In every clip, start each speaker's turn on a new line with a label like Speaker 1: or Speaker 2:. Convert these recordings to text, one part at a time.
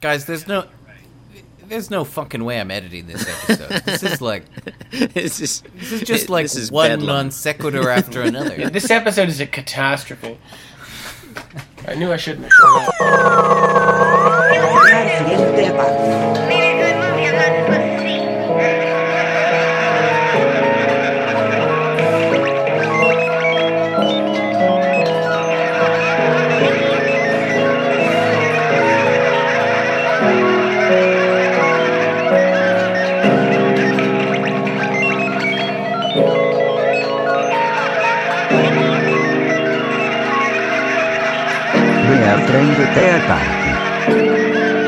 Speaker 1: Guys, there's no there's no fucking way I'm editing this episode. this is like
Speaker 2: this is
Speaker 1: this is just like one non sequitur after
Speaker 3: Yeah,
Speaker 1: another.
Speaker 3: this episode is a catastrophe. I knew I shouldn't have shown up.
Speaker 4: Escuchar el siguiente aparato.
Speaker 5: Mira, todo el mundo hablando así.
Speaker 6: Reapréndete a Party.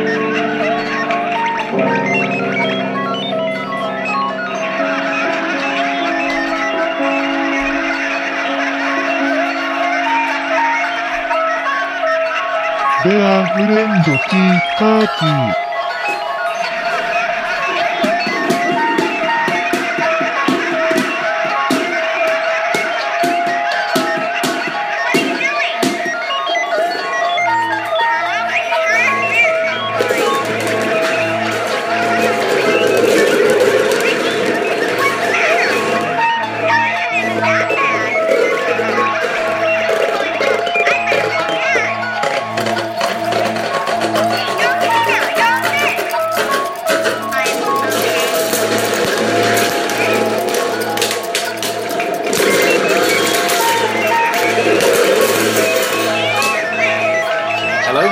Speaker 7: Hello?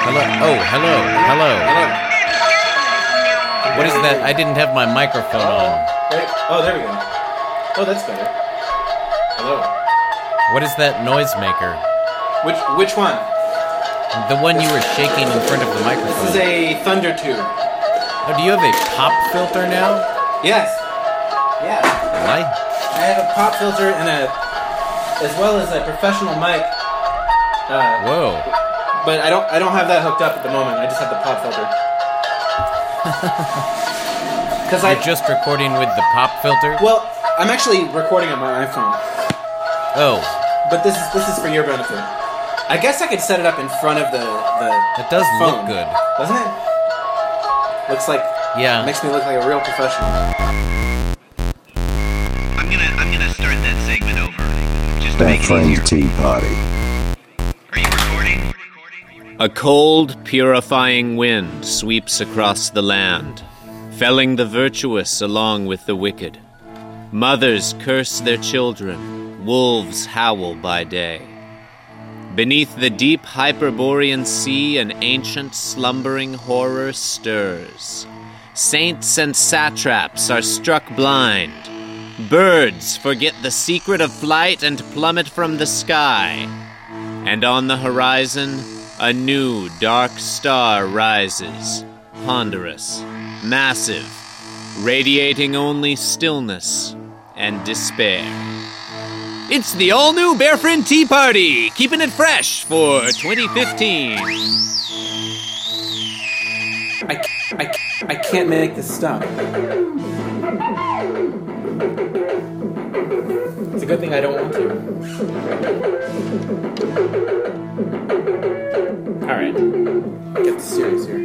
Speaker 1: Hello. Oh, hello. Hello.
Speaker 7: Hello?
Speaker 1: What is that? I didn't have my microphone on.
Speaker 7: Wait. Oh, there we go. Oh, that's better. Hello.
Speaker 1: What is that noisemaker?
Speaker 7: Which which one?
Speaker 1: The one you were shaking in front of the
Speaker 7: This
Speaker 1: microphone.
Speaker 7: is a thunder tube.
Speaker 1: Oh, do you have a pop filter now?
Speaker 7: Yes. Yeah.
Speaker 1: Why?
Speaker 7: I have a pop filter and a, as well as a professional mic. Uh,
Speaker 1: Whoa.
Speaker 7: but I don't I don't have that hooked up at the moment. I just have the pop filter. Because I
Speaker 1: You're just recording with the pop filter?
Speaker 7: well, I'm actually recording on my iPhone.
Speaker 1: Oh,
Speaker 7: But this is this is for your benefit. I guess I could set it up in front of the the.
Speaker 1: That does look
Speaker 7: phone,
Speaker 1: good.
Speaker 7: doesn't it? Looks like
Speaker 1: yeah.
Speaker 7: makes me look like a real professional.
Speaker 8: I'm gonna I'm gonna start that segment over. Just to make it
Speaker 6: Backflame
Speaker 8: easier.
Speaker 6: Tea Party.
Speaker 8: Are you recording?
Speaker 2: A cold, purifying wind sweeps across the land, felling the virtuous along with the wicked. Mothers curse their children, wolves howl by day. Beneath the deep Hyperborean sea, an ancient slumbering horror stirs. Saints and satraps are struck blind. Birds forget the secret of flight and plummet from the sky and on the horizon, a new dark star rises, ponderous, massive, radiating only stillness and despair. It's the all new Bear Friend Tea Party, keeping it fresh for 2015.
Speaker 7: I, ca- I, ca- I can't make this stop. It's a good thing I don't want to. All right, get serious here.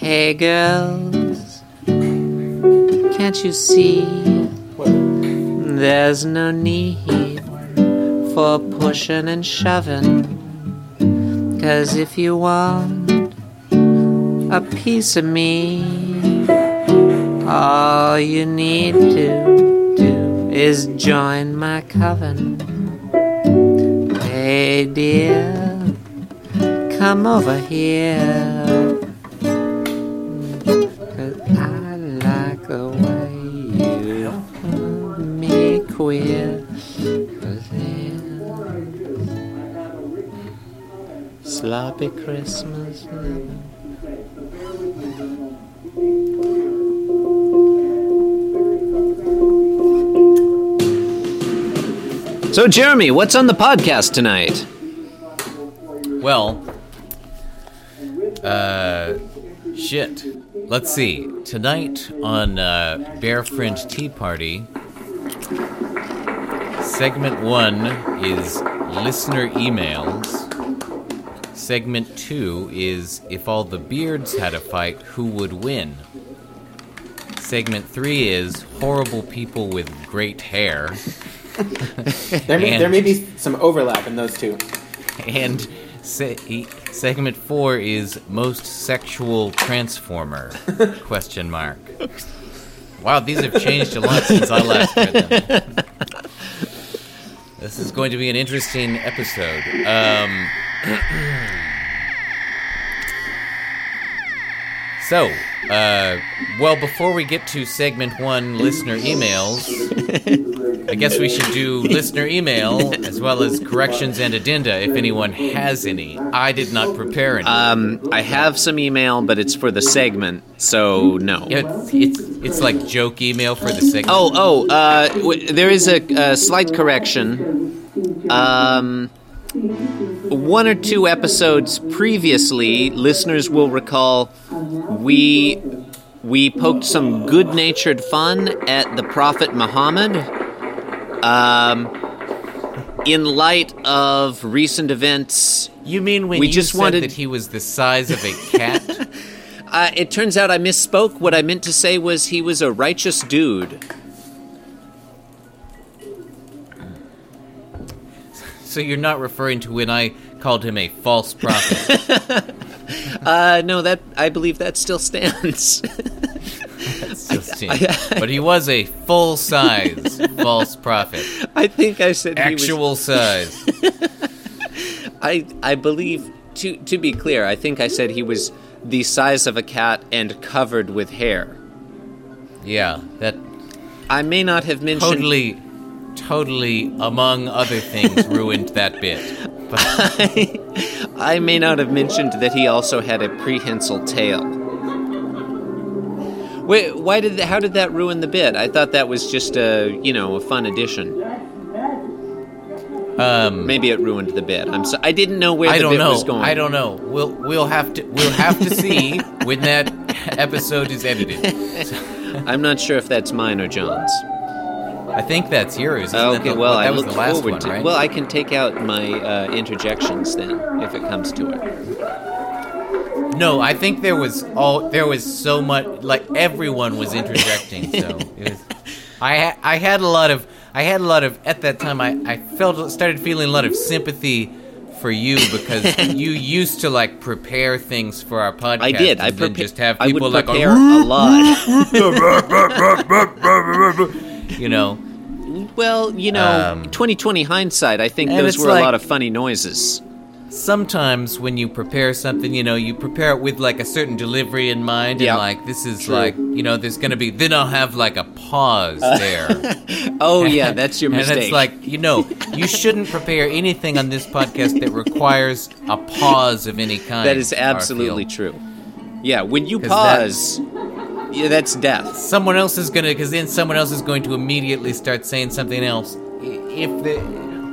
Speaker 2: Hey girls, can't you see? There's no need for pushing and shoving. Cause if you want a piece of me, all you need to do is join my coven. Hey dear, come over here. Cause I like the way you hold me queer. Cause there's Sloppy Christmas. So, Jeremy, what's on the podcast tonight?
Speaker 1: Well, uh, shit. Let's see. Tonight on uh, Bear Friend Tea Party, segment one is listener emails. Segment two is if all the beards had a fight, who would win? Segment three is horrible people with great hair.
Speaker 7: There may,
Speaker 1: And-
Speaker 7: there may be some overlap in those two.
Speaker 1: And se- e- segment four is most sexual transformer? question mark. Wow, these have changed a lot since I last read them. This is going to be an interesting episode. Um, so, uh, well, before we get to segment one, listener emails, I guess we should do listener email as well as corrections and addenda if anyone has any. I did not prepare any.
Speaker 2: Um, I have some email, but it's for the segment, so no.
Speaker 1: It's, it's, it's like joke email for the segment.
Speaker 2: Oh, oh, uh, w- there is a, a slight correction. Um, one or two episodes previously, listeners will recall we we poked some good-natured fun at the Prophet Muhammad. Um, in light of recent events,
Speaker 1: you mean when
Speaker 2: we
Speaker 1: you
Speaker 2: just
Speaker 1: said
Speaker 2: wanted-
Speaker 1: that he was the size of a cat?
Speaker 2: uh, it turns out I misspoke. What I meant to say was he was a righteous dude.
Speaker 1: so you're not referring to when I called him a false prophet.
Speaker 2: Uh, no, that I believe that still stands.
Speaker 1: That's just it. but he was a full size false prophet.
Speaker 2: I think I said he was-
Speaker 1: Actual size.
Speaker 2: I I believe to to be clear, I think I said he was the size of a cat and covered with hair.
Speaker 1: Yeah, that
Speaker 2: I may not have mentioned
Speaker 1: totally, totally, among other things, ruined that bit. But
Speaker 2: I may not have mentioned that he also had a prehensile tail. Wait, why did how did that ruin the bit? I thought that was just a you know a fun addition.
Speaker 1: um,
Speaker 2: Maybe it ruined the bit. I'm so, I didn't know where
Speaker 1: I
Speaker 2: the
Speaker 1: don't
Speaker 2: bit
Speaker 1: know.
Speaker 2: was going.
Speaker 1: I don't know. We'll we'll have to we'll have to see when that episode is edited.
Speaker 2: I'm not sure if that's mine or John's.
Speaker 1: I think that's yours. Isn't that
Speaker 2: Okay,
Speaker 1: the-
Speaker 2: well,
Speaker 1: that
Speaker 2: I
Speaker 1: was
Speaker 2: look
Speaker 1: the last
Speaker 2: forward
Speaker 1: one,
Speaker 2: to.
Speaker 1: right?
Speaker 2: Well, I can take out my uh, interjections then, if it comes to it.
Speaker 1: no, I think there was all there was so much like everyone was interjecting. so it was, I ha- I had a lot of I had a lot of at that time I I felt started feeling a lot of sympathy for you because you used to like prepare things for our podcast.
Speaker 2: I did. I
Speaker 1: and then
Speaker 2: prepa-
Speaker 1: just have
Speaker 2: I would
Speaker 1: people like
Speaker 2: prepare a lot.
Speaker 1: you know.
Speaker 2: well, you know,
Speaker 1: Um,
Speaker 2: 2020 hindsight. I think
Speaker 1: and
Speaker 2: those
Speaker 1: it's
Speaker 2: were a
Speaker 1: like-
Speaker 2: lot of funny noises.
Speaker 1: sometimes when you prepare something, you know, you prepare it with like a certain delivery in mind,
Speaker 2: Yeah.
Speaker 1: and like this is
Speaker 2: True.
Speaker 1: like you know, there's gonna be then I'll have like a pause there.
Speaker 2: Oh yeah, that's your
Speaker 1: and
Speaker 2: mistake.
Speaker 1: it's like you know, you shouldn't prepare anything on this podcast that requires a pause of any kind.
Speaker 2: that is absolutely
Speaker 1: Garfield.
Speaker 2: true. Yeah, when you
Speaker 1: 'Cause that-
Speaker 2: pause, yeah, that's death.
Speaker 1: Someone else is gonna, because then someone else is going to immediately start saying something else. I- If the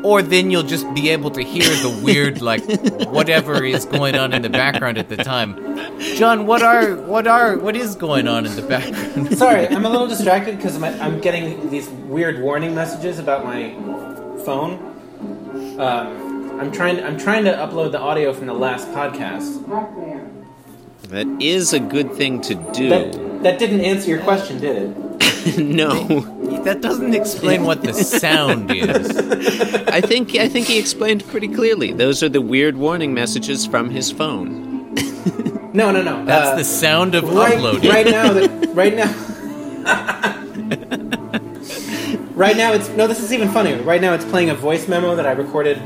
Speaker 1: or then you'll just be able to hear the weird, like whatever is going on in the background at the time. John, what are what are what is going on in the background?
Speaker 7: Sorry, I'm a little distracted because I'm getting these weird warning messages about my phone. Um, I'm trying. I'm trying to upload the audio from the last podcast.
Speaker 2: That is a good thing to do.
Speaker 7: That, that didn't answer your question, did it?
Speaker 2: no,
Speaker 1: that doesn't explain what the sound
Speaker 2: Uh,
Speaker 1: is.
Speaker 2: I think I think he explained pretty clearly. Those are the weird warning messages from his phone.
Speaker 7: No, no, no.
Speaker 1: That's
Speaker 7: uh,
Speaker 1: the sound of
Speaker 7: right,
Speaker 1: uploading.
Speaker 7: right now. The, right now. right now, it's no. This is even funnier. Right now, it's playing a voice memo that I recorded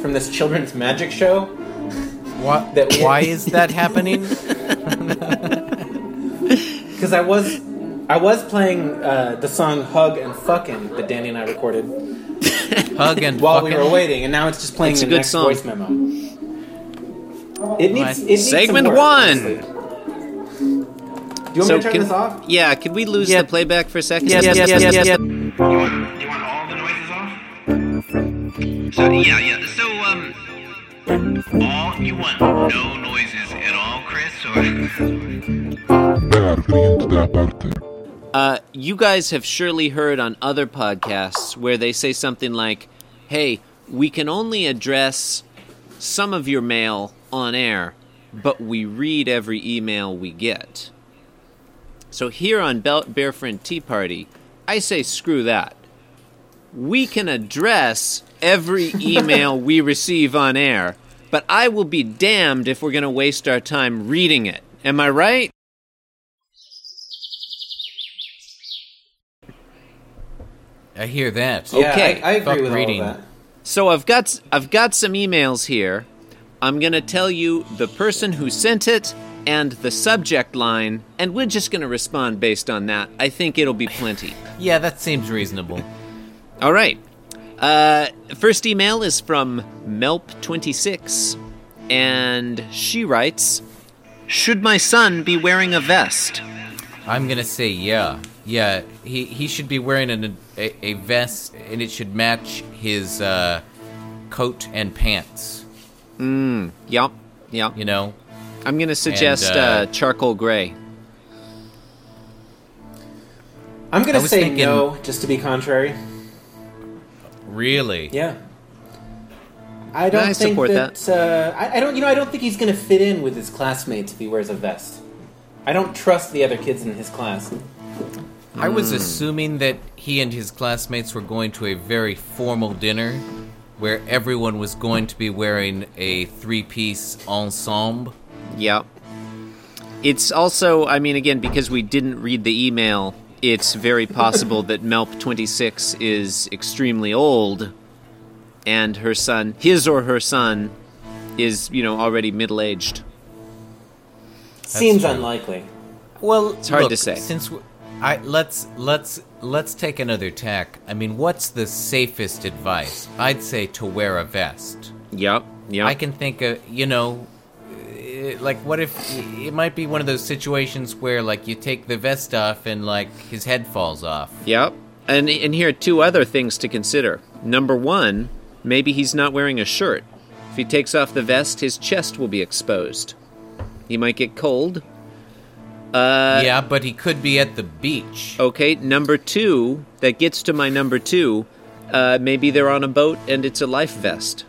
Speaker 7: from this children's magic show.
Speaker 1: Why,
Speaker 7: That-
Speaker 1: why is that happening?
Speaker 7: Because I was, I was playing uh, the song "Hug and Fucking" that Danny and I recorded
Speaker 1: Hug and
Speaker 7: while we
Speaker 1: fucking-
Speaker 7: were waiting, and now it's just playing
Speaker 2: It's a
Speaker 7: the
Speaker 2: good
Speaker 7: next
Speaker 2: song.
Speaker 7: voice memo. It needs. It needs some
Speaker 2: Segment
Speaker 7: work,
Speaker 2: one.
Speaker 7: honestly. Do you want me to turn
Speaker 2: can,
Speaker 7: this off?
Speaker 2: Yeah, could we lose the playback for a second?
Speaker 8: You want, you want all the noises off? So yeah, yeah. So um, all you want no noises at all, Chris? Or
Speaker 2: Uh, you guys have surely heard on other podcasts where they say something like, hey, we can only address some of your mail on air, but we read every email we get. So here on Belt Bearfriend Tea Party, I say screw that. We can address every email we receive on air, but I will be damned if we're going to waste our time reading it. Am I right?
Speaker 1: I hear that.
Speaker 7: Yeah,
Speaker 2: Okay.
Speaker 7: I, I
Speaker 1: Fuck
Speaker 7: agree with
Speaker 1: reading.
Speaker 7: all of that.
Speaker 2: So I've got I've got some emails here. I'm going to tell you the person who sent it and the subject line and we're just going to respond based on that. I think it'll be plenty.
Speaker 1: Yeah, that seems reasonable.
Speaker 2: All right. Uh, first email is from Melp26, and she writes Should my son be wearing a vest?
Speaker 1: I'm gonna say yeah, yeah. He he should be wearing an, a a vest, and it should match his uh, coat and pants.
Speaker 2: Yup, yup.
Speaker 1: You know,
Speaker 2: I'm going to suggest
Speaker 1: And, uh,
Speaker 2: uh, charcoal gray.
Speaker 7: I'm
Speaker 1: I
Speaker 7: gonna
Speaker 1: was
Speaker 7: say
Speaker 1: thinking-
Speaker 7: no, just to be contrary.
Speaker 1: really.
Speaker 7: Yeah. I don't
Speaker 2: I
Speaker 7: think
Speaker 2: support
Speaker 7: that. Uh, I, I don't. You know, I don't think he's going to fit in with his classmates if he wears a vest. I don't trust the other kids in his class.
Speaker 1: I was assuming that he and his classmates were going to a very formal dinner where everyone was going to be wearing a three piece ensemble.
Speaker 2: Yeah. It's also, I mean, again, because we didn't read the email, it's very possible that Melp26 is extremely old and her son, his or her son, is, you know, already middle aged.
Speaker 7: Seems
Speaker 1: true.
Speaker 7: unlikely.
Speaker 1: Well, it's
Speaker 2: hard to say.
Speaker 1: Since w I let's let's let's take another tack. I mean, what's the safest advice? I'd say to wear a vest.
Speaker 2: Yep, yep.
Speaker 1: I can think of you know, eh, like what if it might be one of those situations where like you take the vest off and like his head falls off.
Speaker 2: Yep. And, and here are two other things to consider. Number one, maybe he's not wearing a shirt. If he takes off the vest, his chest will be exposed. He might get cold, Uh,
Speaker 1: yeah, but he could be at the beach.
Speaker 2: Okay, number two, that gets to my number two. Uh, maybe they're on a boat and it's a life vest.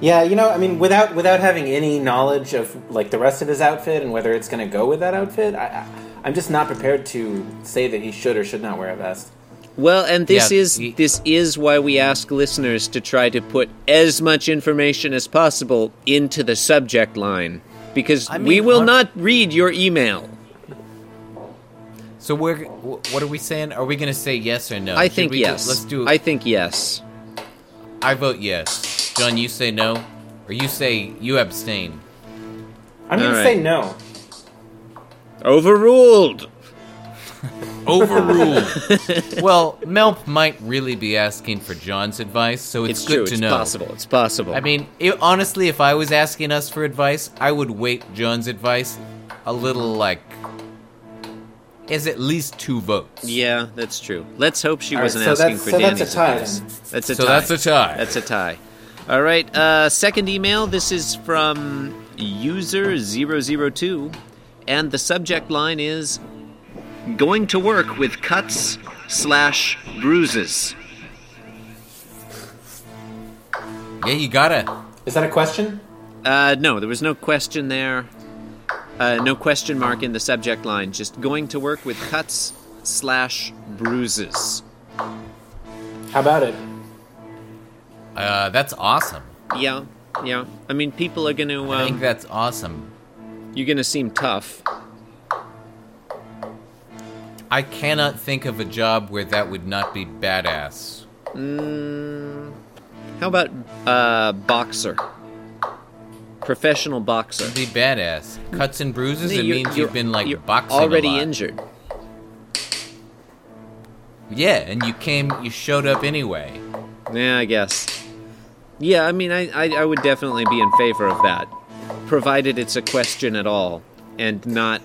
Speaker 7: Yeah, you know, I mean, without without having any knowledge of like the rest of his outfit and whether it's going to go with that outfit, I, I, I'm just not prepared to say that he should or should not wear a vest.
Speaker 2: Well, and this
Speaker 1: Yeah,
Speaker 2: is
Speaker 1: y-
Speaker 2: this is why we ask listeners to try to put as much information as possible into the subject line because we
Speaker 1: mean,
Speaker 2: will
Speaker 1: on-
Speaker 2: not read your email.
Speaker 1: So we're wh- what are we saying? Are we going to say yes or no?
Speaker 2: I
Speaker 1: Should
Speaker 2: think
Speaker 1: we do-
Speaker 2: yes.
Speaker 1: let's do.
Speaker 2: I
Speaker 1: I
Speaker 2: think yes.
Speaker 1: I vote yes. John, you say no, or you say you abstain.
Speaker 7: I'm going
Speaker 2: All right.
Speaker 7: to say no.
Speaker 2: Overruled.
Speaker 1: Overruled. well, Melp might really be asking for John's advice, so it's,
Speaker 2: It's,
Speaker 1: good
Speaker 2: true.
Speaker 1: to
Speaker 2: it's
Speaker 1: know.
Speaker 2: possible. It's possible.
Speaker 1: I mean, i honestly, if I was asking us for advice, I would weight John's advice a little like is at least two votes.
Speaker 2: yeah, that's true. Let's hope she
Speaker 7: All right,
Speaker 2: wasn't
Speaker 7: so
Speaker 2: asking
Speaker 7: that's
Speaker 2: for
Speaker 7: so
Speaker 2: Danny's
Speaker 7: that's a tie.
Speaker 2: advice.
Speaker 7: then.
Speaker 2: That's a
Speaker 1: So
Speaker 2: tie.
Speaker 1: that's a tie.
Speaker 2: That's a tie. All right. Uh, second email. This is from user 002. And the subject line is going to work with cuts slash bruises.
Speaker 1: yeah, you gotta.
Speaker 7: Is that a question?
Speaker 2: Uh, no, there was no question there. Uh, no question mark in the subject line. Just going to work with cuts slash bruises.
Speaker 7: How about it?
Speaker 1: Uh, that's awesome.
Speaker 2: Yeah, yeah. I mean, people are going to.
Speaker 1: I think
Speaker 2: Um,
Speaker 1: that's awesome.
Speaker 2: you're going to seem tough.
Speaker 1: I cannot think of a job where that would not be badass.
Speaker 2: How about uh, boxer? Professional boxer.
Speaker 1: Be badass. Cuts and bruises.
Speaker 2: Yeah,
Speaker 1: it
Speaker 2: you're-
Speaker 1: means
Speaker 2: you're-
Speaker 1: you've been
Speaker 2: you're
Speaker 1: like boxing. a
Speaker 2: already
Speaker 1: lot.
Speaker 2: injured.
Speaker 1: Yeah, and you came. You showed up anyway.
Speaker 2: Yeah, I guess. Yeah, I mean, I, I, I would definitely be in favor of that, provided it's a question at all and not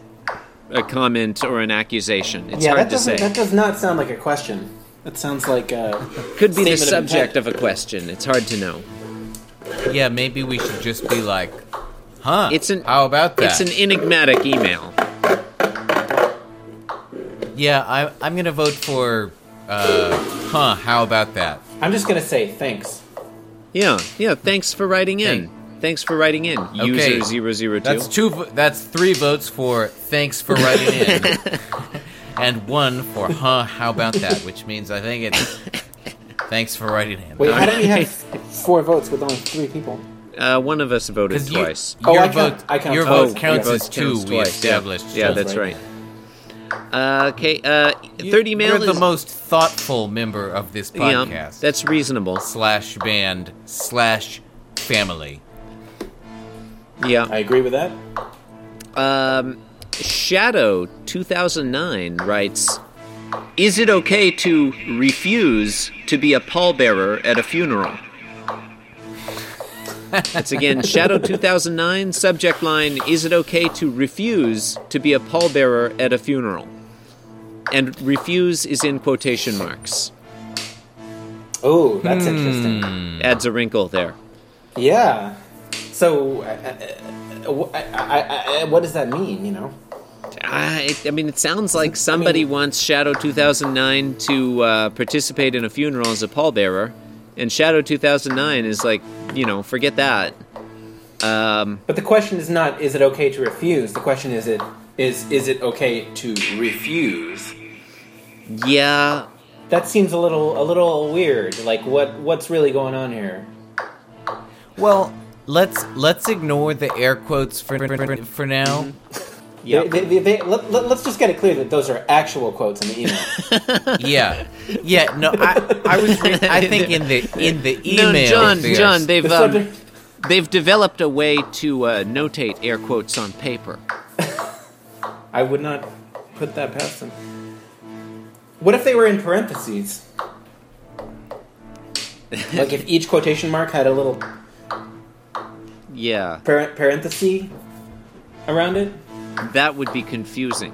Speaker 2: a comment or an accusation. It's
Speaker 7: yeah,
Speaker 2: hard
Speaker 7: that
Speaker 2: to
Speaker 7: doesn't.
Speaker 2: say.
Speaker 7: That does not sound like a question. That sounds like uh,
Speaker 2: Could be the
Speaker 7: statement of
Speaker 2: subject
Speaker 7: intent.
Speaker 2: of a question. It's hard to know.
Speaker 1: Yeah, maybe we should just be like, huh?
Speaker 2: It's an-
Speaker 1: how about that?
Speaker 2: It's an enigmatic email.
Speaker 1: yeah, I, I'm gonna vote for, uh, huh? How about that?
Speaker 7: I'm just gonna say thanks.
Speaker 2: Yeah, yeah. Thanks for writing in. Thanks for writing in.
Speaker 1: Okay.
Speaker 2: User 002.
Speaker 1: That's two. vo- That's three votes for thanks for writing in, and one for huh? How about that? Which means I think it's thanks for writing in. Uh,
Speaker 7: Wait, how do we have four votes with only three people?
Speaker 2: uh, one of us voted
Speaker 1: you-
Speaker 2: twice.
Speaker 7: Oh,
Speaker 1: your
Speaker 7: I count-
Speaker 1: vote,
Speaker 7: I count
Speaker 1: your
Speaker 7: twice. Oh,
Speaker 1: vote counts
Speaker 7: Yeah.
Speaker 1: as
Speaker 2: Vote
Speaker 1: two.
Speaker 2: counts
Speaker 1: we
Speaker 2: Oh, twice, yeah.
Speaker 1: established.
Speaker 2: Yeah,
Speaker 1: So
Speaker 2: that's
Speaker 7: right.
Speaker 2: right. Uh, okay. Uh,
Speaker 1: you-
Speaker 2: third email
Speaker 1: You're
Speaker 2: is
Speaker 1: the most thoughtful member of this
Speaker 2: yeah,
Speaker 1: podcast.
Speaker 2: that's reasonable.
Speaker 1: slash band slash family.
Speaker 2: Yeah.
Speaker 7: I agree with that.
Speaker 2: Um, Shadow 2009 writes Is it okay to refuse to be a pallbearer at a funeral? That's again Shadow 2009, subject line Is it okay to refuse to be a pallbearer at a funeral? And refuse is in quotation marks.
Speaker 7: Oh, that's
Speaker 2: Hmm.
Speaker 7: interesting.
Speaker 1: Hmm.
Speaker 2: Adds a wrinkle there.
Speaker 7: Yeah. So, uh, uh, uh, wh- I, I, I, what does that mean? You know?
Speaker 2: I, Uh, it- I mean, it sounds like somebody wants Shadow 2009 to uh, participate in a funeral as a pallbearer, and Shadow 2009 is like, you know, forget that. Um,
Speaker 7: But the question is not is it okay to refuse. The question is it is is it okay to refuse?
Speaker 2: yeah,
Speaker 7: That seems a little a little weird. Like what what's really going on here?
Speaker 1: Well, let's let's ignore the air quotes for for, for now.
Speaker 2: yeah.
Speaker 7: They, they, they, let, let, us just get it clear that those are actual quotes in the email.
Speaker 1: yeah, yeah. No, I, I was. Re- I think in the in the email.
Speaker 2: no, John,
Speaker 1: there's-
Speaker 2: John, they've
Speaker 7: The
Speaker 2: um,
Speaker 7: subject-
Speaker 2: they've developed a way to uh, notate air quotes on paper.
Speaker 7: I would not put that past them. What if they were in parentheses? like if each quotation mark had a little
Speaker 2: Yeah,
Speaker 7: par- parenthesis around it?
Speaker 2: that would be confusing.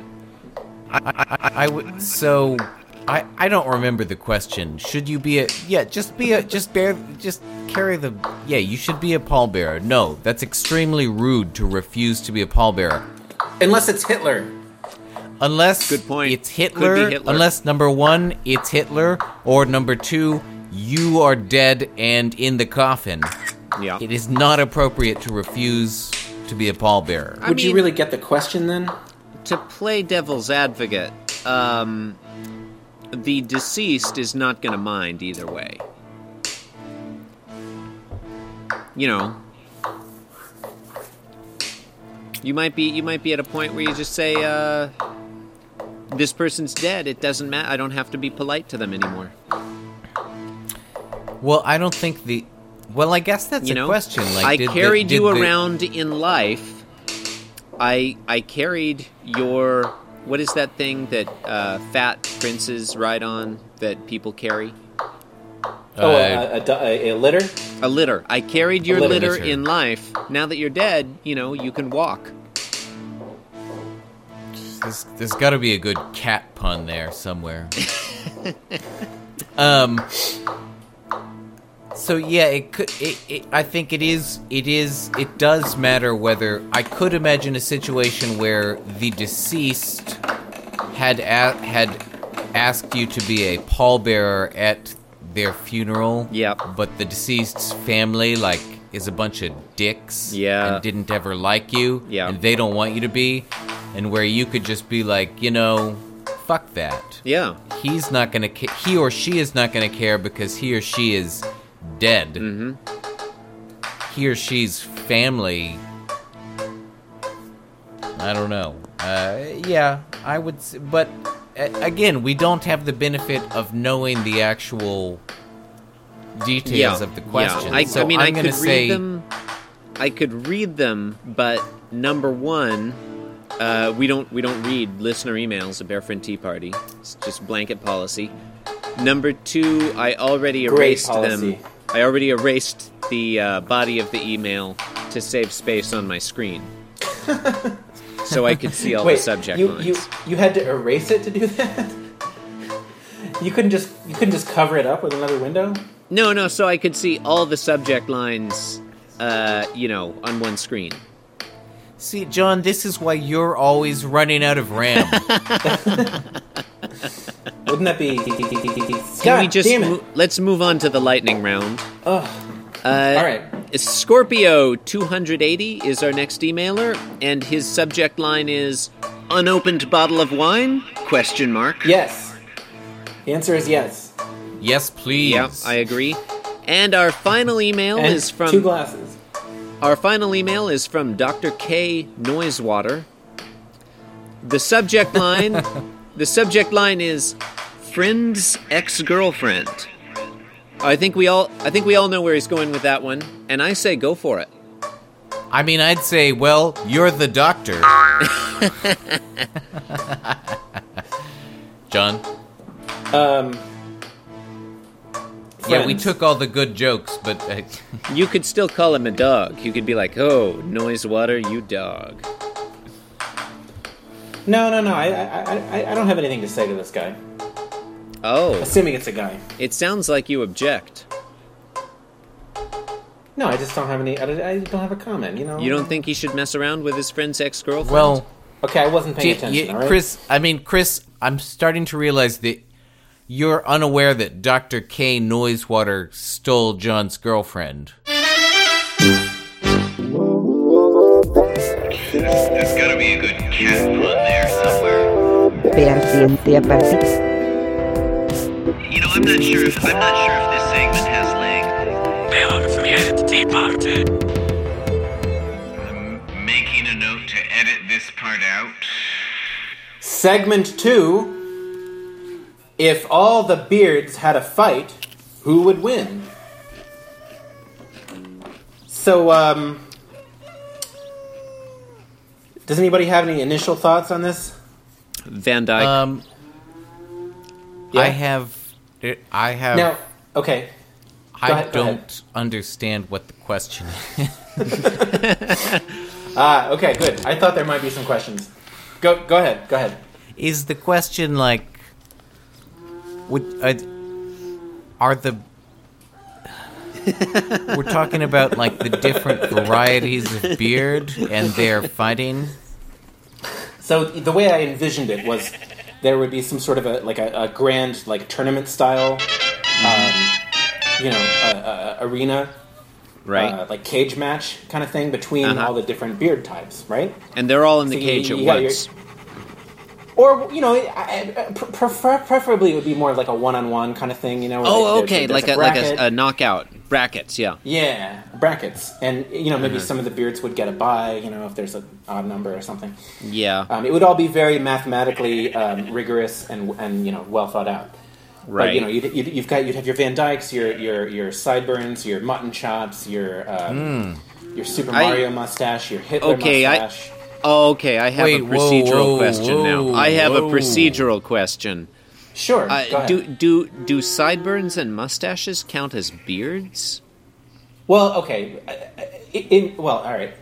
Speaker 1: I, I would. So, I I don't remember the question. Should you be a? Yeah, just be a. Just bear. Just carry the. Yeah, you should be a pallbearer. No, that's extremely rude to refuse to be a pallbearer.
Speaker 7: Unless it's Hitler.
Speaker 1: Unless
Speaker 2: Good point.
Speaker 1: it's
Speaker 2: Could be
Speaker 1: Hitler,
Speaker 2: Hitler.
Speaker 1: Unless number one, it's Hitler, or number two, you are dead and in the coffin.
Speaker 2: Yeah,
Speaker 1: It is not appropriate to refuse to be a pallbearer.
Speaker 2: I
Speaker 7: Would you
Speaker 2: mean-
Speaker 7: really get the question then?
Speaker 2: to play devil's advocate, um, the deceased is not going to mind either way. You know, you might be you might be at a point where you just say, uh, "This person's dead. It doesn't matter. I don't have to be polite to them anymore."
Speaker 1: Well, I don't think the. Well, I guess that's
Speaker 2: you
Speaker 1: a
Speaker 2: know,
Speaker 1: question. Like,
Speaker 2: I
Speaker 1: did the-
Speaker 2: carried
Speaker 1: did
Speaker 2: you
Speaker 1: the-
Speaker 2: around in life. I I carried your what is that thing that uh, fat princes ride on that people carry?
Speaker 7: oh,
Speaker 1: Uh,
Speaker 7: a, a, a, a litter?
Speaker 2: A litter. I carried your
Speaker 7: litter.
Speaker 2: litter,
Speaker 1: Litter.
Speaker 2: in life. Now that you're dead, you know you can walk.
Speaker 1: There's, there's got to be a good cat pun there somewhere. um. So yeah, it could. It, it, I think it is. It is. It does matter whether I could imagine a situation where the deceased had a, had asked you to be a pallbearer at their funeral.
Speaker 2: Yep.
Speaker 1: But the deceased's family like is a bunch of dicks.
Speaker 2: Yeah.
Speaker 1: And didn't ever like you.
Speaker 2: Yeah.
Speaker 1: And they don't want you to be, and where you could just be like, you know, fuck that.
Speaker 2: Yeah,
Speaker 1: He's not gonna. Ca- he or she is not gonna care because he or she is dead. Mm-hmm.
Speaker 2: Mm-hmm.
Speaker 1: He or she's family. I don't know. Uh, yeah, I would. s but uh, again, we don't have the benefit of knowing the actual details
Speaker 2: yeah.
Speaker 1: of the question.
Speaker 2: Yeah. I,
Speaker 1: so
Speaker 2: I mean,
Speaker 1: I'm
Speaker 2: I
Speaker 1: gonna
Speaker 2: could
Speaker 1: say,
Speaker 2: read them. I could read them, but number one, uh, we don't we don't read listener emails at Bear Friend Tea Party. It's just blanket policy. Number two, I already
Speaker 7: Great
Speaker 2: erased
Speaker 7: policy.
Speaker 2: them. I already erased the uh, body of the email to save space on my screen, so I could see all
Speaker 7: Wait,
Speaker 2: the subject
Speaker 7: you,
Speaker 2: lines.
Speaker 7: you you had to erase it to do that. You couldn't just you couldn't just cover it up with another window.
Speaker 2: No, no, so I could see all the subject lines, uh, you know, on one screen.
Speaker 1: See, John, this is why you're always running out of RAM.
Speaker 7: Wouldn't that be?
Speaker 2: Can
Speaker 7: God
Speaker 2: we just
Speaker 7: damn it!
Speaker 2: mo- let's move on to the lightning round?
Speaker 7: All right.
Speaker 2: Scorpio 280 is our next emailer, and his subject line is unopened bottle of wine? Question mark.
Speaker 7: Yes. The answer is yes.
Speaker 1: yes, please.
Speaker 2: Yeah, I agree. And our final email
Speaker 7: And
Speaker 2: is
Speaker 7: two
Speaker 2: from
Speaker 7: glasses.
Speaker 2: our final email is from Dr. K Noisewater. The subject line the subject line is friend's ex-girlfriend. I think we all I think we all know where he's going with that one, and I say go for it.
Speaker 1: I mean, I'd say, well, you're the doctor. John?
Speaker 7: Um.
Speaker 1: Yeah, we
Speaker 7: friends.
Speaker 1: took all the good jokes, but uh,
Speaker 2: You could still call him a dog. You could be like, "Oh, noise water, you dog."
Speaker 7: No, no, no. I, I, I- I, I don't have anything to say to this guy.
Speaker 2: Oh,
Speaker 7: Assuming it's a guy.
Speaker 2: it sounds like you object.
Speaker 7: No, I just don't have any. I don't, I don't have a comment. You know.
Speaker 2: You don't think he should mess around with his friend's ex-girlfriend?
Speaker 1: well,
Speaker 7: Okay, I wasn't paying
Speaker 1: J-
Speaker 7: attention.
Speaker 1: you-
Speaker 7: all right?
Speaker 1: Chris, I mean, Chris, I'm starting to realize that you're unaware that Dr. K Noisewater stole John's girlfriend.
Speaker 8: There's, there's gotta be a good cat pun there somewhere.
Speaker 4: Perdiente a partir.
Speaker 8: You know, I'm not sure if I'm not sure if this segment has legs. I'm making a note to edit this part out.
Speaker 7: Segment two. If all the beards had a fight, who would win? So, um, does anybody have any initial thoughts on this?
Speaker 2: Van Dyke.
Speaker 1: Um,
Speaker 7: Yeah?
Speaker 1: I have, I have,
Speaker 7: Now, okay,
Speaker 1: I
Speaker 7: go ahead, go
Speaker 1: don't
Speaker 7: ahead.
Speaker 1: understand what the question is.
Speaker 7: ah, okay, good. I thought there might be some questions. Go, go ahead, go ahead.
Speaker 1: is the question like, would, uh, are the we're talking about like the different varieties of beard and their fighting.
Speaker 7: So the way I envisioned it was there would be some sort of a like a, a grand like tournament style, um, you know, uh, uh, arena
Speaker 2: right.
Speaker 7: uh, like cage match kind of thing between
Speaker 2: Uh-huh.
Speaker 7: all the different beard types, right?
Speaker 2: and they're all in the
Speaker 7: so you-
Speaker 2: cage
Speaker 7: you
Speaker 2: at
Speaker 7: got your-
Speaker 2: once.
Speaker 7: Or you know, I, I, pre- prefer, preferably it would be more like a one-on-one kind of thing, you know. where
Speaker 2: Oh,
Speaker 7: there-
Speaker 2: okay,
Speaker 7: there's
Speaker 2: like a, like
Speaker 7: bracket.
Speaker 2: a, a knockout brackets, yeah.
Speaker 7: yeah brackets, and you know
Speaker 2: Uh-huh.
Speaker 7: maybe some of the beards would get a bye, you know, if there's an odd number or something.
Speaker 2: Yeah.
Speaker 7: Um, it would all be very mathematically um, rigorous and and you know well thought out. But,
Speaker 2: right.
Speaker 7: you know, you'd, you'd, you've got you'd have your Van Dykes, your your your sideburns, your mutton chops, your um, your Super
Speaker 2: Hmm. I-
Speaker 7: Mario mustache, your Hitler
Speaker 2: Okay, I-
Speaker 7: mustache.
Speaker 2: oh, okay, I have
Speaker 1: Wait,
Speaker 2: a
Speaker 1: whoa,
Speaker 2: procedural
Speaker 1: whoa,
Speaker 2: question now.
Speaker 1: whoa,
Speaker 2: I have
Speaker 1: whoa.
Speaker 2: a procedural question.
Speaker 7: Sure. go
Speaker 2: Uh,
Speaker 7: ahead.
Speaker 2: do do do sideburns and mustaches count as beards?
Speaker 7: well, okay. I- I- In, well, all right.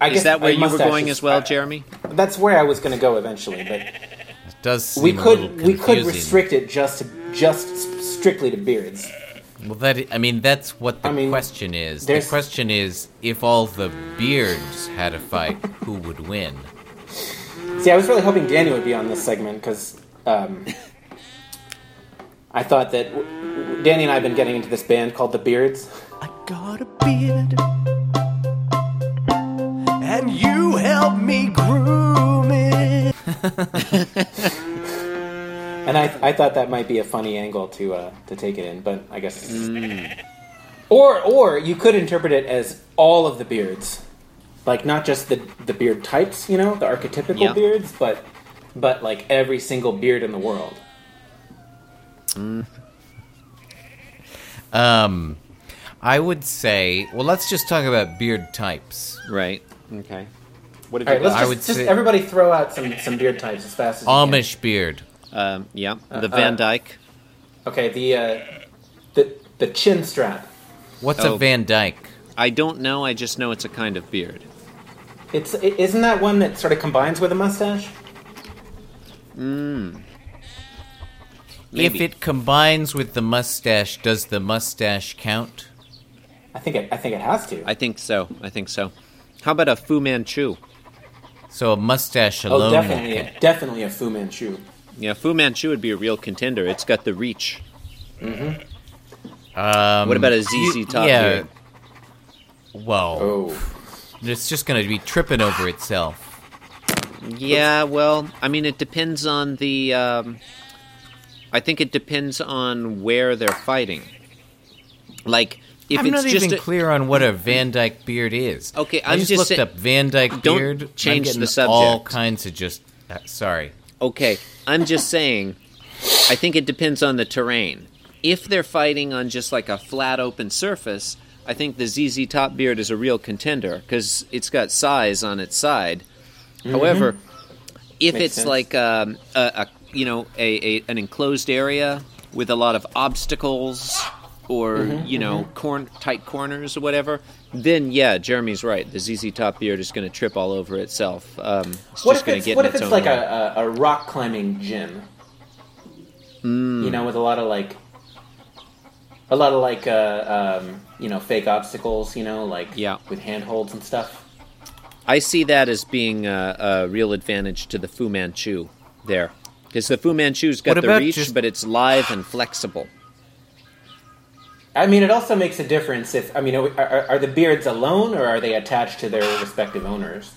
Speaker 7: I
Speaker 2: Is that where
Speaker 7: a
Speaker 2: you were
Speaker 7: mustache
Speaker 2: going
Speaker 7: is-
Speaker 2: as well,
Speaker 7: I-
Speaker 2: Jeremy?
Speaker 7: That's where I was going to go eventually, but
Speaker 1: It does seem
Speaker 7: we
Speaker 1: a
Speaker 7: could
Speaker 1: little
Speaker 7: we could
Speaker 1: confusing.
Speaker 7: restrict it just to just strictly to beards.
Speaker 1: Well, that I mean, that's what the
Speaker 7: I mean,
Speaker 1: question is. The
Speaker 7: there's-
Speaker 1: question is, if all the beards had a fight, who would win?
Speaker 7: See, I was really hoping Danny would be on this segment because um, I thought that w- w- Danny and I have been getting into this band called the Beards.
Speaker 9: I got a beard. And you helped me groom it.
Speaker 7: And I, I thought that might be a funny angle to uh, to take it in, but I guess. it's just-
Speaker 1: Mm.
Speaker 7: Or or you could interpret it as all of the beards, like not just the the beard types, you know, the archetypical
Speaker 2: Yeah.
Speaker 7: beards, but but like every single beard in the world.
Speaker 1: Um, I would say. Well, let's just talk about beard types.
Speaker 2: Right. Okay. What did
Speaker 7: All right, let's
Speaker 1: I
Speaker 7: just,
Speaker 1: would
Speaker 7: just
Speaker 1: say-
Speaker 7: everybody throw out some some beard types as fast as you
Speaker 1: Amish beard.
Speaker 2: Um, yeah, the
Speaker 7: uh,
Speaker 2: Van Dyke.
Speaker 7: can. Okay, the uh, the the chin strap.
Speaker 1: What's
Speaker 2: Oh.
Speaker 1: a Van Dyke?
Speaker 2: I don't know. I just know it's a kind of beard.
Speaker 7: It's i- isn't that one that sort of combines with a mustache?
Speaker 2: Maybe.
Speaker 1: If it combines with the mustache, does the mustache count?
Speaker 7: I think it. I think it has to.
Speaker 2: I think so. I think so. How about a Fu Manchu?
Speaker 1: So a mustache
Speaker 7: oh,
Speaker 1: alone. will
Speaker 7: definitely,
Speaker 1: count.
Speaker 7: definitely a Fu Manchu.
Speaker 2: Yeah, Fu Manchu would be a real contender. It's got the reach.
Speaker 1: Um,
Speaker 2: What about a ZZ Top
Speaker 1: yeah.
Speaker 2: beard?
Speaker 1: Well,
Speaker 7: Oh,
Speaker 1: it's just going to be tripping over itself.
Speaker 2: Yeah, well, I mean, it depends on the. Um, I think it depends on where they're fighting. Like, if
Speaker 1: I'm
Speaker 2: it's
Speaker 1: not
Speaker 2: just
Speaker 1: even
Speaker 2: a-
Speaker 1: clear on what a Van Dyke beard is.
Speaker 2: Okay,
Speaker 1: I
Speaker 2: I'm
Speaker 1: just,
Speaker 2: just
Speaker 1: looked
Speaker 2: say-
Speaker 1: up Van Dyke
Speaker 2: Don't
Speaker 1: beard. I'm
Speaker 2: change
Speaker 1: getting
Speaker 2: the subject.
Speaker 1: All kinds of just. Uh, sorry.
Speaker 2: Okay, I'm just saying. I think it depends on the terrain. If they're fighting on just like a flat open surface, I think the ZZ Top beard is a real contender because it's got size on its side. However, if
Speaker 7: Mm-hmm. Makes
Speaker 2: it's
Speaker 7: sense.
Speaker 2: like um, a, a you know a, a an enclosed area with a lot of obstacles or
Speaker 7: Mm-hmm,
Speaker 2: you know corn tight corners or whatever, then yeah, Jeremy's right. The ZZ Top beard is going to trip all over itself. Um, it's
Speaker 7: what
Speaker 2: just
Speaker 7: if
Speaker 2: going to
Speaker 7: it's
Speaker 2: get
Speaker 7: what
Speaker 2: in
Speaker 7: if
Speaker 2: its
Speaker 7: it's
Speaker 2: own
Speaker 7: like
Speaker 2: way.
Speaker 7: a, a, a rock climbing gym?
Speaker 2: Hmm.
Speaker 7: You know, with a lot of like, a lot of like, uh, um, you know, fake obstacles. You know, like
Speaker 2: Yeah.
Speaker 7: with handholds and stuff.
Speaker 2: I see that as being a, a real advantage to the Fu Manchu there, because the Fu Manchu's got
Speaker 1: What
Speaker 2: the
Speaker 1: about
Speaker 2: reach,
Speaker 1: just-
Speaker 2: but it's live and flexible.
Speaker 7: I mean, it also makes a difference if I mean, are, are, are the beards alone or are they attached to their respective owners?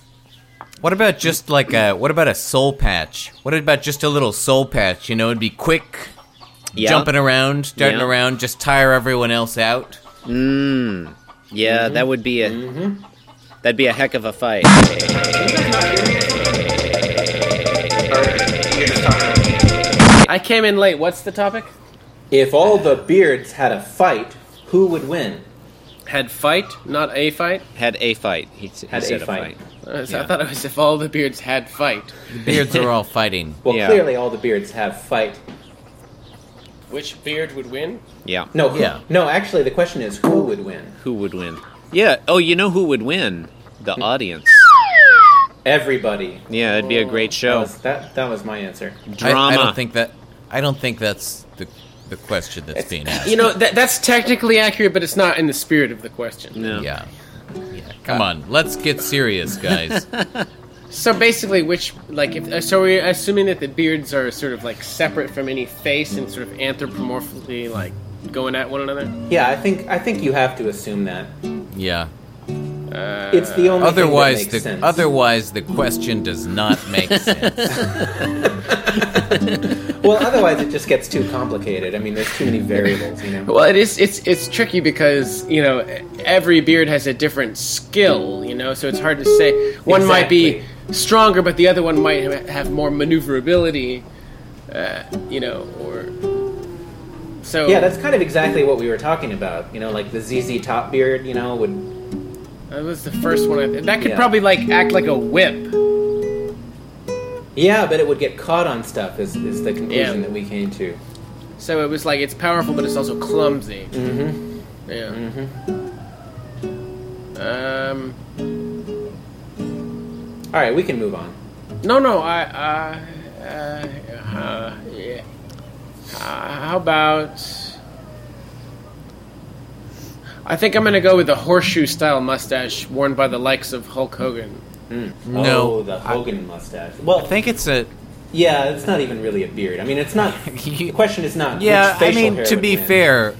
Speaker 1: What about just like a. What about a soul patch? What about just a little soul patch? You know, it'd be quick,
Speaker 2: Yeah.
Speaker 1: jumping around, darting
Speaker 2: Yeah.
Speaker 1: around, just tire everyone else out.
Speaker 2: Yeah, that would be a that'd be a heck of a fight.
Speaker 3: I came in late. What's the topic?
Speaker 7: If all the beards had a fight, who would win?
Speaker 3: Had fight, not a fight.
Speaker 2: Had a fight. He, s- he
Speaker 7: Had a
Speaker 2: said a
Speaker 7: fight.
Speaker 2: fight.
Speaker 3: Uh, so I
Speaker 2: Yeah.
Speaker 3: thought it was if all the beards had fight.
Speaker 1: The beards are all fighting.
Speaker 7: Well,
Speaker 2: Yeah.
Speaker 7: clearly all the beards have fight.
Speaker 3: Which beard would win?
Speaker 2: Yeah.
Speaker 7: No, who-
Speaker 1: Yeah.
Speaker 7: no. Actually, the question is who would win?
Speaker 2: Who would win? Yeah. Oh, you know who would win? The audience.
Speaker 7: Everybody.
Speaker 2: Yeah, it'd be a great
Speaker 7: That
Speaker 2: show.
Speaker 7: was, that, that was my answer.
Speaker 1: I-
Speaker 2: Drama.
Speaker 1: I, don't think that. I don't think that's the the question that's being asked.
Speaker 3: You know that, that's technically accurate, but it's not in the spirit of the question.
Speaker 2: No.
Speaker 1: yeah. Yeah. Come on, let's get serious, guys.
Speaker 3: So basically, which like if uh, so we're assuming that the beards are sort of like separate from any face and sort of anthropomorphically like going at one another.
Speaker 7: Yeah, I think I think you have to assume that.
Speaker 1: yeah.
Speaker 7: It's the only
Speaker 1: Otherwise,
Speaker 7: thing that makes
Speaker 1: the
Speaker 7: sense.
Speaker 1: otherwise the question does not make sense.
Speaker 7: well, otherwise it just gets too complicated. I mean, there's too many variables, you know.
Speaker 3: Well, it is. It's it's tricky because you know every beard has a different skill. You know, so it's hard to say one might be stronger, but the other one might ha- have more maneuverability. Uh, you know, or so
Speaker 7: Yeah, that's kind of exactly what we were talking about. You know, like the ZZ Top beard. You know, would
Speaker 3: that was the first one. I, that could
Speaker 7: Yeah.
Speaker 3: probably like act like a whip.
Speaker 7: yeah, but it would get caught on stuff. Is is the conclusion
Speaker 3: Yeah.
Speaker 7: that we came to?
Speaker 3: So it was like it's powerful, but it's also clumsy. Mm-hmm. Yeah.
Speaker 1: mm-hmm.
Speaker 7: Mm-hmm.
Speaker 3: Um.
Speaker 7: All right, we can move on.
Speaker 3: No, no. I. I uh, uh, yeah. Uh, how about? I think I'm gonna go with the horseshoe style mustache worn by the likes of Hulk Hogan.
Speaker 1: No.
Speaker 7: oh, the Hogan mustache. Well,
Speaker 1: I think it's a
Speaker 7: yeah, it's not even really a beard. I mean, it's not. The question is not.
Speaker 1: yeah.
Speaker 7: which
Speaker 1: I
Speaker 7: facial
Speaker 1: mean,
Speaker 7: hair
Speaker 1: to
Speaker 7: would
Speaker 1: be
Speaker 7: win.
Speaker 1: fair,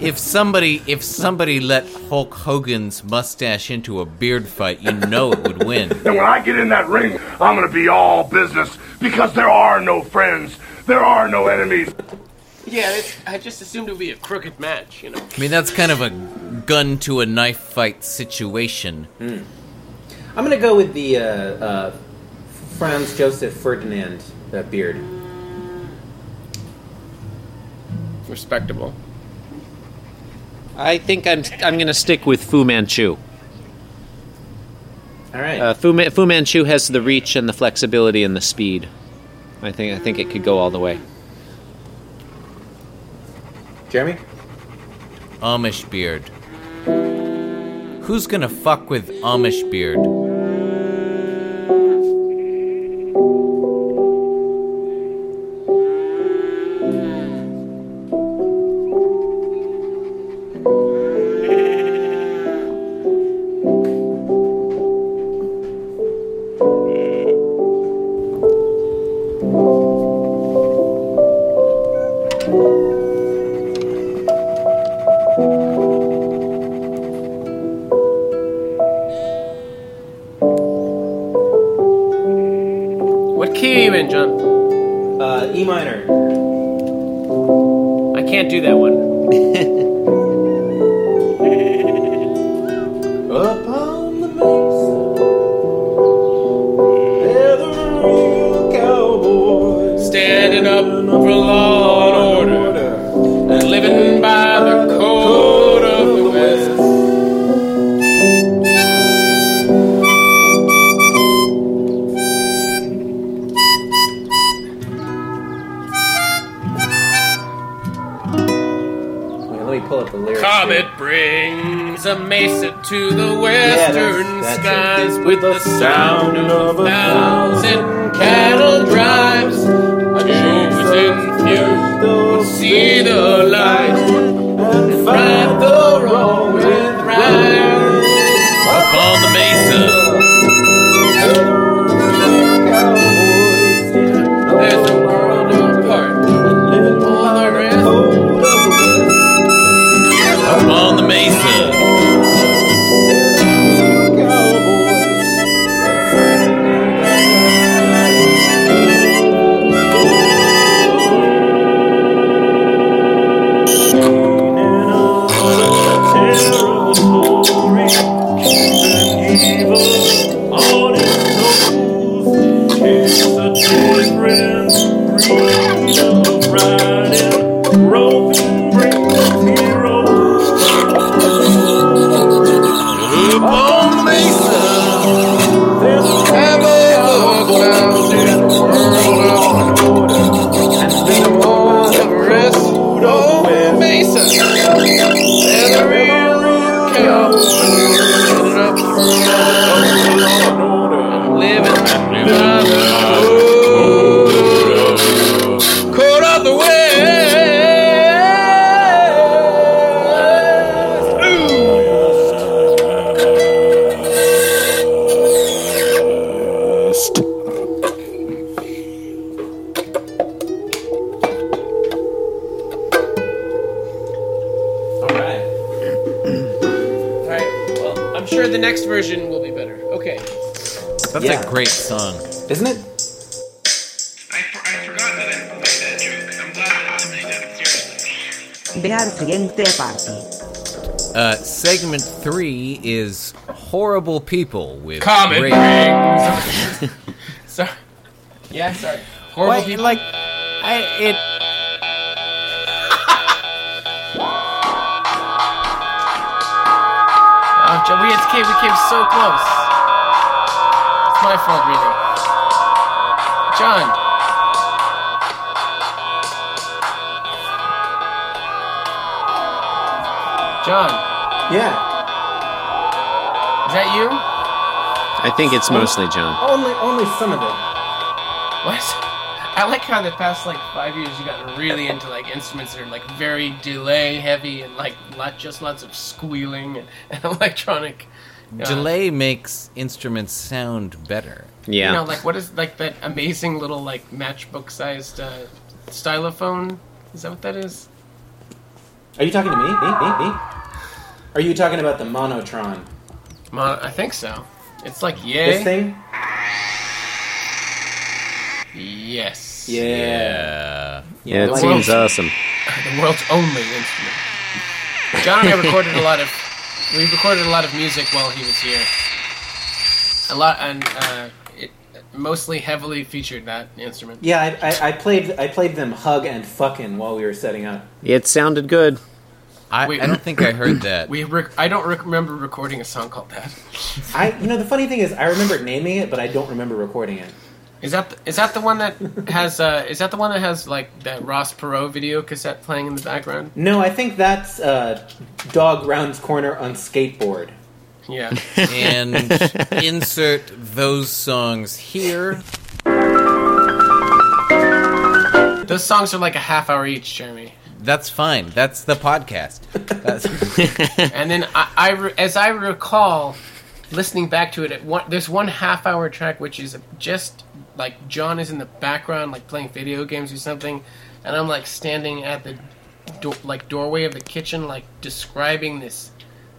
Speaker 1: if somebody if somebody let Hulk Hogan's mustache into a beard fight, you know it would win.
Speaker 10: And when I get in that ring, I'm gonna be all business because there are no friends, there are no enemies.
Speaker 3: Yeah, I just assumed it would be a crooked match, you know.
Speaker 1: I mean, that's kind of a gun to a knife fight situation.
Speaker 7: I'm gonna go with the uh, uh, Franz Joseph Ferdinand uh, beard.
Speaker 3: Respectable.
Speaker 2: I think I'm I'm gonna stick with Fu Manchu.
Speaker 7: All right.
Speaker 2: Uh, Fu, Ma- Fu Manchu has the reach and the flexibility and the speed. I think I think it could go all the way.
Speaker 7: Jeremy?
Speaker 1: Amish beard. Who's gonna fuck with Amish beard?
Speaker 3: What key are you in, John?
Speaker 7: Uh, e minor.
Speaker 3: I can't do that one.
Speaker 7: Upon the mesa, they're the real cowboys.
Speaker 3: Standing up for law and order,
Speaker 7: and
Speaker 3: living by the code of the West.
Speaker 7: Wait, let me pull up the lyrics.
Speaker 3: Comet
Speaker 7: here.
Speaker 3: brings a mesa to the
Speaker 7: Yeah, that's-
Speaker 3: western
Speaker 7: that's it.
Speaker 3: skies with the sound of a thousand cattle drives. A chosen few would see the light
Speaker 7: and
Speaker 3: right
Speaker 7: find
Speaker 3: the wrong with right.
Speaker 1: Upon the mesa.
Speaker 3: There's a world apart. All the rest
Speaker 1: Upon the mesa.
Speaker 3: Alright, well, I'm sure the next version will be better. Okay.
Speaker 1: That's
Speaker 7: Yeah.
Speaker 1: a great song.
Speaker 7: Isn't it?
Speaker 8: I, for, I forgot that I played that joke. I'm glad that I made that. Seriously.
Speaker 4: Vean siguiente parte.
Speaker 1: Uh, segment three is horrible people with
Speaker 3: Comet
Speaker 1: great-
Speaker 3: rings. sorry. Yeah, sorry. Horrible
Speaker 1: Wait,
Speaker 3: people.
Speaker 1: like I it.
Speaker 3: Oh, Jo- we, came, we came so close. It's my fault, really. John. John,
Speaker 7: Yeah.
Speaker 3: is that you?
Speaker 2: I think it's mostly John.
Speaker 7: Only, only some of it.
Speaker 3: What? I like how the past like five years you got really into like instruments that are like very delay heavy and like lot, just lots of squealing and, and electronic. uh,
Speaker 1: Delay makes instruments sound better.
Speaker 2: Yeah.
Speaker 3: You know, like what is like that amazing little like matchbook sized uh, stylophone? Is that what that is?
Speaker 7: Are you talking to me? Me? Me? Me? Are you talking about the monotron?
Speaker 3: Mon- I think so. It's like
Speaker 7: This
Speaker 3: yay.
Speaker 7: thing?
Speaker 3: Yes.
Speaker 7: Yeah.
Speaker 1: Uh,
Speaker 2: yeah, it
Speaker 3: like-
Speaker 2: seems awesome.
Speaker 3: The world's only instrument. John and I recorded a lot of we recorded a lot of music while he was here. A lot and uh, it mostly heavily featured that instrument.
Speaker 7: Yeah, I, I, I played I played them hug and fucking while we were setting up.
Speaker 2: It sounded good.
Speaker 1: I,
Speaker 3: Wait.
Speaker 1: I don't think I heard that.
Speaker 3: We rec- I don't rec- remember recording a song called that.
Speaker 7: I you know the funny thing is I remember naming it, but I don't remember recording it.
Speaker 3: Is that the, is that the one that has uh, is that the one that has like that Ross Perot video cassette playing in the background?
Speaker 7: No, I think that's uh, Dog Rounds Corner on Skateboard.
Speaker 3: Yeah.
Speaker 1: and insert those songs here.
Speaker 3: Those songs are like a half hour each, Jeremy.
Speaker 1: That's fine. That's the podcast. That's,
Speaker 3: And then I, I re- as I recall, listening back to it, at one, there's one half hour track which is just like John is in the background, like playing video games or something, and I'm like standing at the do- like doorway of the kitchen, like describing this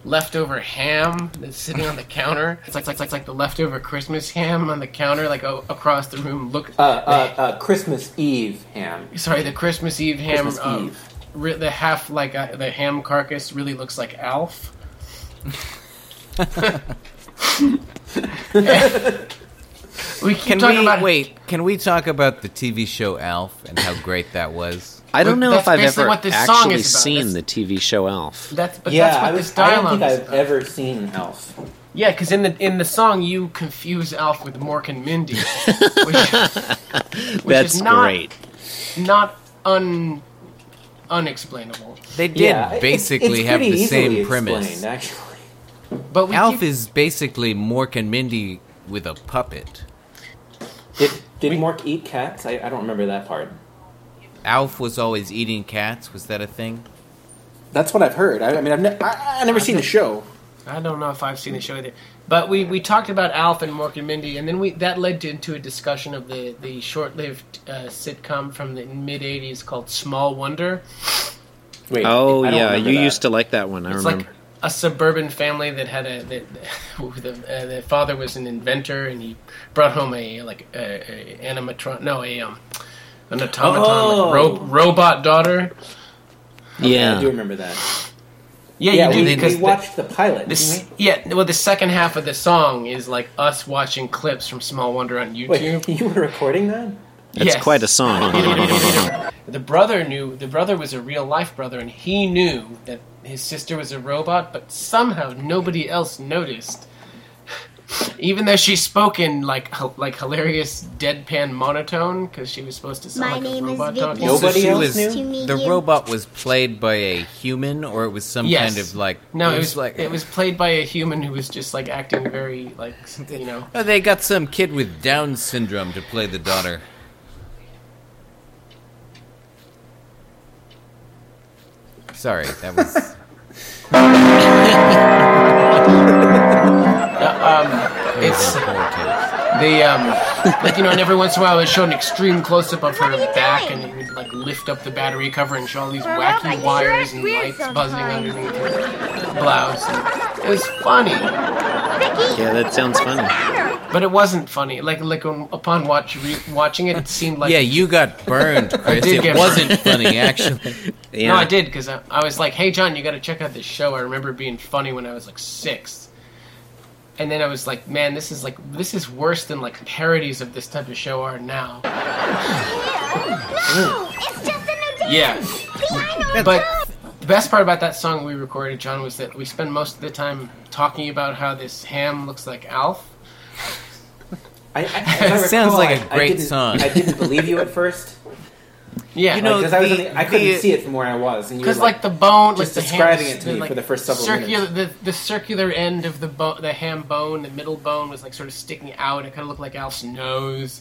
Speaker 3: leftover ham that's sitting on the counter. It's like like like, like the leftover Christmas ham on the counter, like o- across the room. Look,
Speaker 7: Uh, uh, uh, Christmas Eve ham.
Speaker 3: sorry, the Christmas Eve ham.
Speaker 7: Christmas
Speaker 3: uh,
Speaker 7: Eve.
Speaker 3: Re- the half like uh, the ham carcass really looks like Alf. we keep
Speaker 1: can
Speaker 3: talking
Speaker 1: we
Speaker 3: about
Speaker 1: wait? Can we talk about the TV show Alf and how great that was?
Speaker 2: I don't know
Speaker 3: That's
Speaker 2: if I've
Speaker 3: basically
Speaker 2: ever
Speaker 3: what this song
Speaker 2: actually
Speaker 3: is about.
Speaker 2: seen
Speaker 3: That's-
Speaker 2: the TV show Elf.
Speaker 3: That's but
Speaker 7: yeah,
Speaker 3: that's what
Speaker 7: I,
Speaker 3: this
Speaker 7: was, I don't
Speaker 3: dialogue
Speaker 7: think
Speaker 3: is.
Speaker 7: I've ever seen Elf.
Speaker 3: Yeah, because in the in the song you confuse Alf with Mork and Mindy, which, which
Speaker 2: That's
Speaker 3: is not,
Speaker 2: great.
Speaker 3: Not un unexplainable.
Speaker 1: They did
Speaker 7: Yeah, it's-
Speaker 1: basically
Speaker 7: it's
Speaker 1: have
Speaker 7: pretty
Speaker 1: the
Speaker 7: easily
Speaker 1: same premise.
Speaker 7: explained, Actually,
Speaker 3: But we
Speaker 1: Alf
Speaker 3: keep-
Speaker 1: is basically Mork and Mindy with a puppet.
Speaker 7: did did Mork eat cats? I, I don't remember that part.
Speaker 1: Alf was always eating cats. Was that a thing?
Speaker 7: That's what I've heard. I, I mean, I've ne- I, I never seen the show.
Speaker 3: I don't know if I've seen the show either. But we, we talked about Alf and Mork and Mindy, and then we that led to, into a discussion of the, the short lived uh, sitcom from the mid 80s called Small Wonder.
Speaker 7: Wait.
Speaker 2: Oh
Speaker 7: I don't
Speaker 2: yeah,
Speaker 7: remember
Speaker 2: you
Speaker 7: that.
Speaker 2: used to like that one. I
Speaker 3: It's
Speaker 2: remember.
Speaker 3: like a suburban family that had a. That, the, uh, the father was an inventor, and he brought home a like a, a animatron. No, a. Um, an automaton, like, ro-
Speaker 7: Oh.
Speaker 3: robot daughter.
Speaker 7: I do
Speaker 2: yeah,
Speaker 7: remember that.
Speaker 3: Yeah,
Speaker 7: Yeah,
Speaker 3: you do
Speaker 7: we,
Speaker 3: because
Speaker 7: we
Speaker 3: the-
Speaker 7: watched the pilot.
Speaker 3: This,
Speaker 7: didn't
Speaker 3: yeah, well, the second half of the song is like us watching clips from Small Wonder on YouTube.
Speaker 7: we? Wait, you were recording that?
Speaker 2: that's
Speaker 3: Yes.
Speaker 2: quite a song.
Speaker 3: the brother knew. The brother was a real life brother, and he knew that his sister was a robot. But somehow nobody else noticed, even though she spoke in like hi- like hilarious deadpan monotone because she was supposed to sound
Speaker 5: My
Speaker 3: like
Speaker 5: name
Speaker 3: a
Speaker 5: is
Speaker 3: robot.
Speaker 5: Vicky.
Speaker 3: talking.
Speaker 5: Nope.
Speaker 1: Also,
Speaker 7: Nobody
Speaker 1: she
Speaker 7: else
Speaker 1: was,
Speaker 7: knew?
Speaker 5: To meet
Speaker 1: The
Speaker 5: you.
Speaker 1: robot was played by a human, or it was some
Speaker 3: Yes.
Speaker 1: kind of like
Speaker 3: No, it was like it was played by a human who was just like acting very like you know.
Speaker 1: Oh, they got some kid with Down syndrome to play the daughter. Sorry, that was.
Speaker 3: It's the um like you know, and every once in a while it showed an extreme close up of her
Speaker 5: What are you
Speaker 3: back
Speaker 5: doing?
Speaker 3: and it would like lift up the battery cover and show all these
Speaker 5: Well, I
Speaker 3: wacky
Speaker 5: sure
Speaker 3: wires
Speaker 5: it's
Speaker 3: and lights
Speaker 5: weird
Speaker 3: buzzing
Speaker 5: sometimes.
Speaker 3: underneath her blouse. It was funny,
Speaker 5: Vicky,
Speaker 2: yeah, that sounds funny.
Speaker 3: but it wasn't funny. Like like um, upon watch re- watching it, it seemed like
Speaker 1: yeah, you got burned, Chris.
Speaker 3: did
Speaker 1: It
Speaker 3: get
Speaker 1: wasn't funny, actually.
Speaker 2: Yeah,
Speaker 3: No, I did because I, I was like, "Hey, John, you got to check out this show." I remember being funny when I was like six, and then I was like, "Man, this is like this is worse than like parodies of this type of show are now."
Speaker 5: no, it's just a new day.
Speaker 3: Yeah,
Speaker 5: I know.
Speaker 3: but the best part about that song we recorded, John, was that we spend most of the time talking about how this ham looks like Alf.
Speaker 7: I, I, as I
Speaker 1: It sounds
Speaker 7: recall,
Speaker 1: like
Speaker 7: I-
Speaker 1: a
Speaker 7: I
Speaker 1: great
Speaker 7: didn't-
Speaker 1: song.
Speaker 7: I didn't believe you at first
Speaker 3: Yeah,
Speaker 1: You know,
Speaker 7: because I was on
Speaker 1: the-
Speaker 7: the, I couldn't
Speaker 1: the-
Speaker 7: see it from where I was, and you were
Speaker 3: because like, the bone,
Speaker 7: just
Speaker 3: like the
Speaker 7: describing
Speaker 3: ham,
Speaker 7: it to me for the first several
Speaker 3: circular, The, the circular end of the bo- the ham bone, the middle bone was like sort of sticking out. It kind of looked like Alf's nose,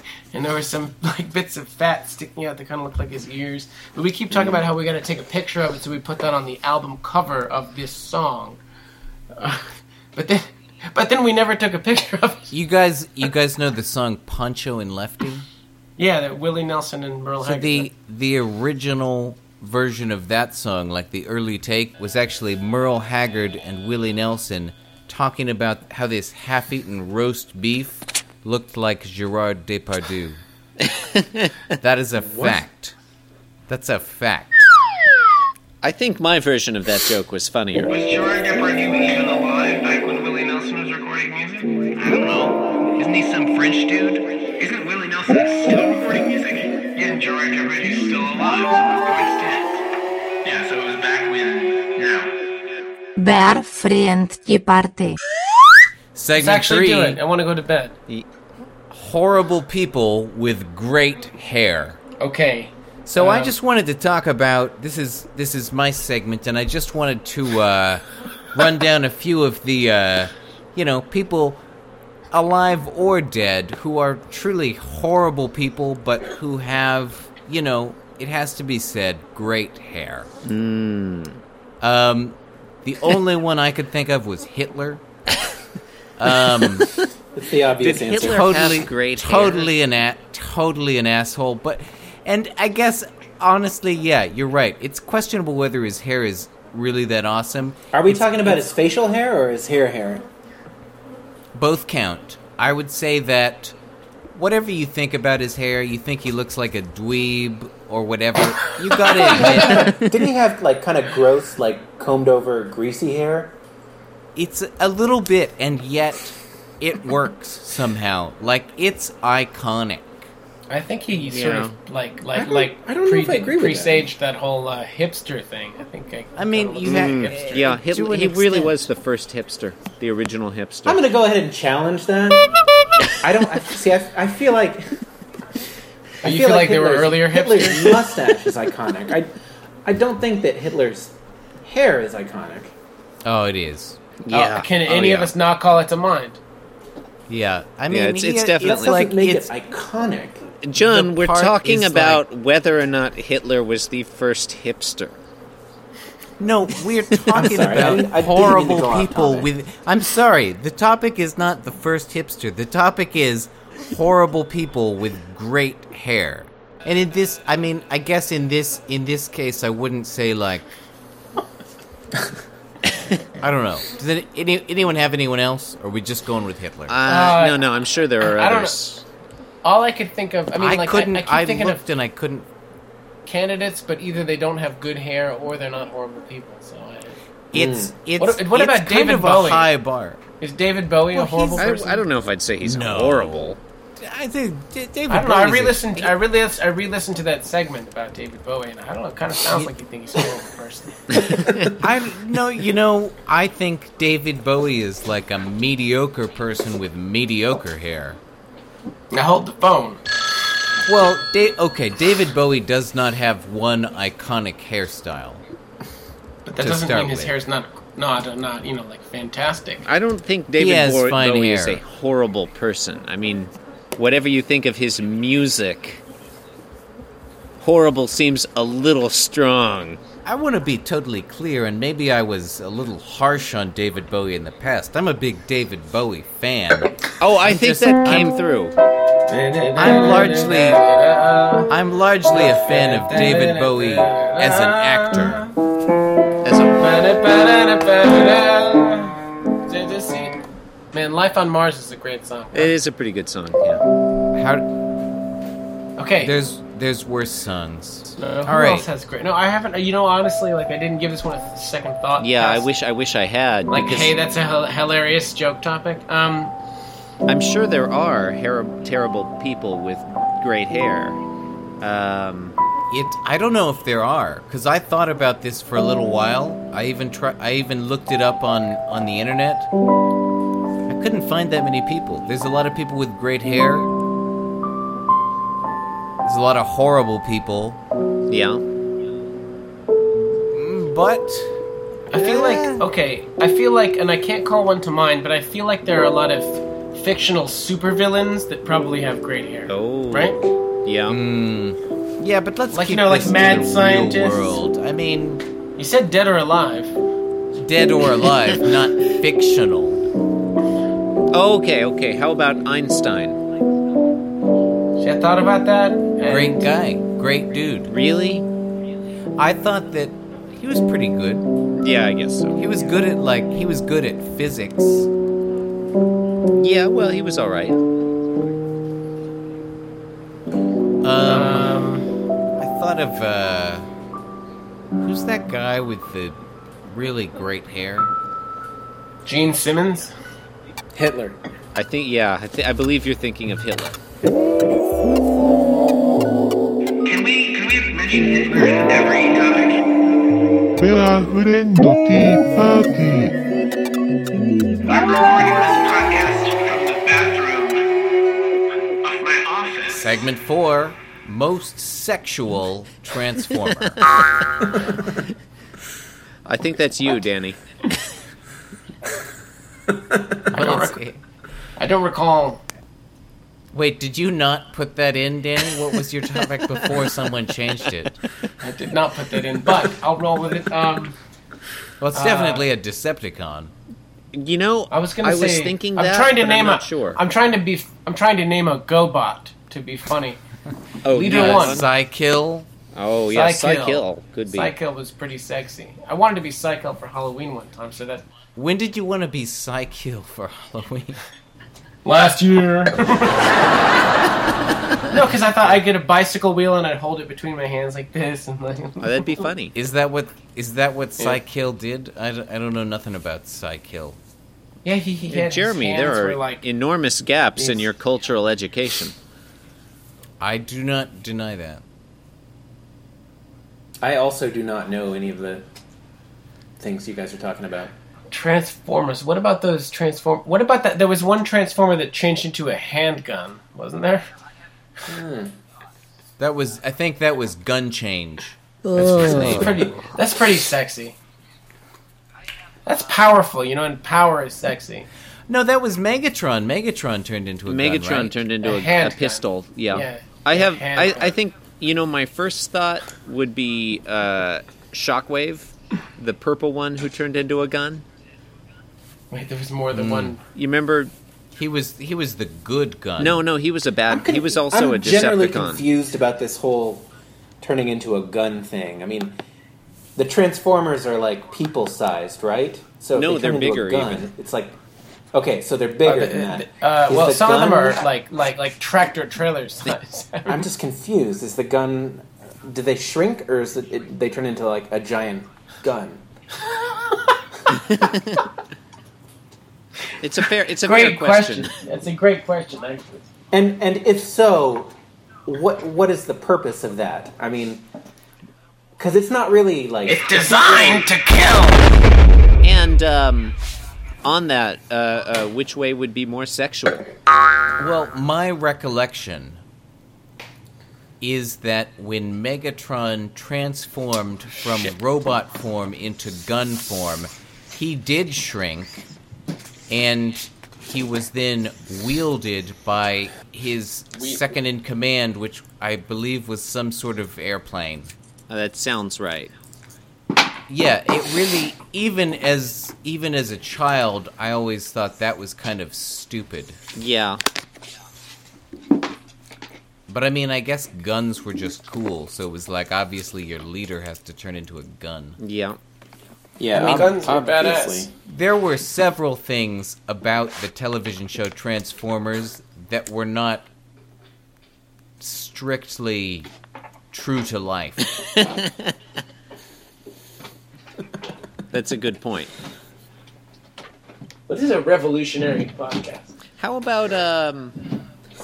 Speaker 3: and there were some like bits of fat sticking out that kind of looked like his ears. But we keep talking
Speaker 7: Mm-hmm.
Speaker 3: about how we got to take a picture of it, so we put that on the album cover of this song. Uh, but then, but then we never took a picture of it.
Speaker 1: You guys, you guys know the song "Poncho and Lefty."
Speaker 3: Yeah, that Willie Nelson and Merle
Speaker 1: So
Speaker 3: Haggard.
Speaker 1: the the original version of that song, like the early take, was actually Merle Haggard and Willie Nelson talking about how this half-eaten roast beef looked like Gerard Depardieu. that is a fact. That's a fact.
Speaker 2: I think my version of that joke was funnier.
Speaker 8: Was Gerard Depardieu even alive back when Willie Nelson was recording music? I don't know. Isn't he some French dude? Isn't Willie Nelson still recording music? Yeah, Gerard Depardieu's still alive, so of course dead. Yeah, so it was back when. Now.
Speaker 11: Ver frente e parte.
Speaker 1: Segment
Speaker 3: Let's actually
Speaker 1: three.
Speaker 3: do it. I want to go to bed.
Speaker 1: horrible people with great hair.
Speaker 3: Okay.
Speaker 1: So I
Speaker 3: Um,
Speaker 1: just wanted to talk about this is this is my segment, and I just wanted to uh, run down a few of the uh, you know people alive or dead who are truly horrible people, but who have you know it has to be said great hair. Um, the only one I could think of was Hitler. Um,
Speaker 7: It's the obvious
Speaker 2: Did
Speaker 7: answer.
Speaker 2: Hitler- have great hair?
Speaker 1: totally an a- totally an asshole. But and I guess honestly, yeah, you're right. It's questionable whether his hair is really that awesome.
Speaker 7: Are we talking about his facial hair or his hair hair?
Speaker 1: Both count. I would say that whatever you think about his hair, you think he looks like a dweeb or whatever. You gotta admit,
Speaker 7: Didn't he have like kind of gross, like combed over, greasy hair?
Speaker 1: it's a little bit, and yet it works somehow. Like it's iconic.
Speaker 3: I think he sort of like like
Speaker 7: I don't-
Speaker 3: like
Speaker 7: I don't know
Speaker 3: pre-
Speaker 7: if I agree with that.
Speaker 3: presaged that, whole uh, hipster thing. I think I.
Speaker 1: I mean, you have
Speaker 2: Mm. Yeah, Hit-
Speaker 1: To an
Speaker 2: he really
Speaker 1: extent.
Speaker 2: was the first hipster, the original hipster.
Speaker 7: I'm gonna go ahead and challenge that. I don't I, see. I, I feel like
Speaker 3: Oh, you feel, like, there were
Speaker 7: Hitler's-
Speaker 3: earlier
Speaker 7: Hitler's
Speaker 3: hipsters.
Speaker 7: mustache is iconic. I, I don't think that Hitler's hair is iconic.
Speaker 1: Oh, it is.
Speaker 2: yeah.
Speaker 3: Uh, can
Speaker 2: Oh,
Speaker 3: any of
Speaker 2: yeah.
Speaker 3: us not call it to mind?
Speaker 1: Yeah, I mean,
Speaker 2: it's-
Speaker 1: he-
Speaker 2: it's definitely-
Speaker 7: That
Speaker 1: it's
Speaker 7: doesn't
Speaker 1: like
Speaker 7: make
Speaker 1: it's
Speaker 7: it iconic.
Speaker 2: John,
Speaker 1: the
Speaker 2: we're
Speaker 1: part
Speaker 2: talking
Speaker 1: is
Speaker 2: about whether or not Hitler was the first hipster.
Speaker 1: No, we're talking
Speaker 7: sorry, I
Speaker 1: about
Speaker 7: didn't- I didn't mean to go
Speaker 1: horrible
Speaker 7: off
Speaker 1: people
Speaker 7: topic.
Speaker 1: with. I'm sorry, the topic is not the first hipster. The topic is horrible people with great hair. And in this, I mean, I guess in this in this case, I wouldn't say like. I don't know. Does any, any, anyone have anyone else? Or are we just going with Hitler?
Speaker 2: Uh,
Speaker 3: Uh,
Speaker 2: no, no, I'm sure there are
Speaker 3: I don't
Speaker 2: others.
Speaker 3: All I could think of. I mean, like
Speaker 1: couldn't.
Speaker 3: I,
Speaker 1: I,
Speaker 3: keep thinking
Speaker 1: looked
Speaker 3: of Hmm.
Speaker 1: and I couldn't.
Speaker 3: candidates, but either they don't have good hair or they're not horrible people. So I,
Speaker 1: It's it's.
Speaker 3: What- what
Speaker 1: it's
Speaker 3: about
Speaker 1: kind
Speaker 3: David
Speaker 1: of
Speaker 3: Bowie?
Speaker 1: A high bar.
Speaker 3: is David Bowie
Speaker 1: Well,
Speaker 3: a horrible
Speaker 1: he's-
Speaker 2: I,
Speaker 3: person?
Speaker 2: I don't know if I'd say he's
Speaker 1: No.
Speaker 2: horrible.
Speaker 1: I think D- David.
Speaker 3: I don't know. I
Speaker 1: Bowie's a-
Speaker 3: re-listened. I re I re-listened to that segment about David Bowie, and I don't know. It kind of sounds like you think he's a horrible person.
Speaker 1: I no, you know, I think David Bowie is like a mediocre person with mediocre hair.
Speaker 3: Now hold the phone.
Speaker 1: Well, da- okay, David Bowie does not have one iconic hairstyle.
Speaker 3: But that
Speaker 1: To
Speaker 3: doesn't
Speaker 1: start
Speaker 3: mean his
Speaker 1: with.
Speaker 3: hair's not not not you know like fantastic.
Speaker 2: I don't think
Speaker 1: He
Speaker 2: David
Speaker 1: has
Speaker 2: Bowie,
Speaker 1: fine
Speaker 2: Bowie is
Speaker 1: hair.
Speaker 2: a horrible person. I mean, whatever you think of his music, horrible seems a little strong.
Speaker 1: I want to be totally clear, and maybe I was a little harsh on David Bowie in the past. I'm a big David Bowie fan.
Speaker 2: Oh, I think
Speaker 1: just-
Speaker 2: that came through.
Speaker 1: I'm largely, I'm largely a fan of David Bowie as an actor.
Speaker 2: As a,
Speaker 3: Man, Life on Mars is a great song.
Speaker 2: it is a pretty good song. Yeah.
Speaker 1: How
Speaker 3: Okay.
Speaker 1: there's there's worse songs.
Speaker 3: Uh, who
Speaker 1: All right.
Speaker 3: else has great? No, I haven't. You know, honestly, like I didn't give this one a second thought.
Speaker 2: Yeah, I
Speaker 3: Past-
Speaker 2: wish I wish I had.
Speaker 3: Like,
Speaker 2: because
Speaker 3: hey, that's a hel- hilarious joke topic. Um,
Speaker 2: I'm sure there are her- terrible people with great hair. Um,
Speaker 1: It. I don't know if there are, because I thought about this for a little while. I even try. I even looked it up on on the internet. I couldn't find that many people. There's a lot of people with great hair. There's a lot of horrible people,
Speaker 2: yeah.
Speaker 1: but
Speaker 3: I feel like okay. I feel like, and I can't call one to mind, but I feel like there are a lot of fictional supervillains that probably have great hair.
Speaker 2: Oh.
Speaker 3: right.
Speaker 2: Yeah.
Speaker 1: yeah. But let's
Speaker 3: Like, you
Speaker 1: keep
Speaker 3: know, like
Speaker 1: this to
Speaker 3: mad
Speaker 1: the real
Speaker 3: scientists.
Speaker 1: world. I mean,
Speaker 3: You said dead or alive.
Speaker 1: dead or alive, not fictional.
Speaker 2: Okay, okay. How about Einstein?
Speaker 3: See, I thought about that. and-
Speaker 1: Great guy, great dude.
Speaker 2: Really?
Speaker 1: I thought that he was pretty good.
Speaker 2: Yeah, I guess so.
Speaker 1: He was good at like he was good at physics.
Speaker 2: Yeah, well, he was all right.
Speaker 1: Um,
Speaker 3: Um,
Speaker 1: I thought of uh, who's that guy with the really great hair?
Speaker 3: Gene Simmons.
Speaker 7: Hitler.
Speaker 2: I think yeah, I, th- I believe you're thinking of Hitler.
Speaker 8: Can we can we mention Hitler in every topic? I'm recording this podcast from the bathroom of
Speaker 1: Segment four: most sexual transformer.
Speaker 2: I think that's you, Danny.
Speaker 1: But it's-
Speaker 3: I don't recall.
Speaker 1: Wait, did you not put that in, Danny? What was your topic before someone changed it?
Speaker 3: I did not put that in, but I'll roll with it. Um,
Speaker 1: Well, it's
Speaker 3: Uh,
Speaker 1: definitely a Decepticon.
Speaker 2: You know,
Speaker 3: I was gonna
Speaker 2: I
Speaker 3: say.
Speaker 2: was thinking
Speaker 3: I'm
Speaker 2: that,
Speaker 3: trying to
Speaker 2: but
Speaker 3: name
Speaker 2: I'm not
Speaker 3: a.
Speaker 2: sure.
Speaker 3: I'm trying to be. I'm trying to name a GoBot to be funny.
Speaker 2: oh,
Speaker 3: leader
Speaker 2: yes.
Speaker 3: one.
Speaker 1: Psykill.
Speaker 2: Oh, yeah,
Speaker 3: Psykill.
Speaker 2: Psykill. Could be.
Speaker 3: Psycho was pretty sexy. I wanted to be Psycho for Halloween one time, so that
Speaker 1: When did you want to be Psykill for Halloween?
Speaker 3: last year. no, because I thought I'd get a bicycle wheel and I'd hold it between my hands like this, and like
Speaker 2: Oh, that'd be funny.
Speaker 1: Is that what is that what Psykill did? I don't, I don't know nothing about Psykill.
Speaker 3: yeah, he, he had his
Speaker 2: Jeremy,
Speaker 3: hands
Speaker 2: there are
Speaker 3: were like
Speaker 2: enormous gaps in
Speaker 3: these-
Speaker 2: your cultural education.
Speaker 1: I do not deny that.
Speaker 7: I also do not know any of the things you guys are talking about.
Speaker 3: Transformers. What about those transform? What about that? There was one transformer that changed into a handgun, wasn't there?
Speaker 1: That was I think that was Gun Change. That's his name.
Speaker 3: Pretty. That's pretty sexy. That's powerful, you know, and power is sexy.
Speaker 1: No, that was Megatron. Megatron turned into a
Speaker 2: Megatron
Speaker 1: gun, right?
Speaker 2: turned into
Speaker 3: A
Speaker 2: a, a,
Speaker 3: handgun.
Speaker 2: pistol. Yeah.
Speaker 3: Yeah,
Speaker 2: I
Speaker 3: a
Speaker 2: have. I,
Speaker 3: handgun.
Speaker 2: I think you know. My first thought would be uh, Shockwave, the purple one who turned into a gun.
Speaker 3: Wait, there was more
Speaker 2: Hmm.
Speaker 3: than one.
Speaker 2: You remember?
Speaker 1: He was he was the good gun.
Speaker 2: No, no, he was a bad.
Speaker 7: con-
Speaker 2: Um, he was also
Speaker 7: I'm
Speaker 2: a
Speaker 7: generally
Speaker 2: Decepticon.
Speaker 7: confused about this whole turning into a gun thing. I mean, the Transformers are like people sized, right? So if
Speaker 2: No,
Speaker 7: they
Speaker 2: they're
Speaker 7: turn into a
Speaker 2: bigger
Speaker 7: gun,
Speaker 2: even.
Speaker 7: It's like okay, so they're bigger than that.
Speaker 3: Uh,
Speaker 7: Is
Speaker 3: well,
Speaker 7: the
Speaker 3: some of them
Speaker 7: gun-
Speaker 3: are like like like tractor trailers. size.
Speaker 7: I'm just confused. Is the gun? Do they shrink, or is it, it they turn into like a giant gun?
Speaker 2: It's a fair. It's a fair
Speaker 3: great
Speaker 2: question.
Speaker 3: question. That's a great question, actually.
Speaker 7: And and if so, what what is the purpose of that? I mean, because it's not really like
Speaker 3: Designed to kill.
Speaker 2: And um, on that, uh, uh, which way would be more sexual?
Speaker 1: Well, my recollection is that when Megatron transformed from robot form into gun form, he did shrink and he was then wielded by his second in command, which I believe was some sort of airplane.
Speaker 2: Uh, that sounds right.
Speaker 1: Yeah, it really even as even as a child, I always thought that was kind of stupid.
Speaker 2: Yeah.
Speaker 1: But I mean, I guess guns were just cool, so it was like obviously your leader has to turn into a gun.
Speaker 2: Yeah.
Speaker 7: yeah, ob-
Speaker 3: guns are
Speaker 7: obviously.
Speaker 3: badass.
Speaker 1: There were several things about the television show Transformers that were not strictly true to life.
Speaker 2: That's a good point.
Speaker 3: This is a revolutionary podcast.
Speaker 7: Oh,
Speaker 2: How about um,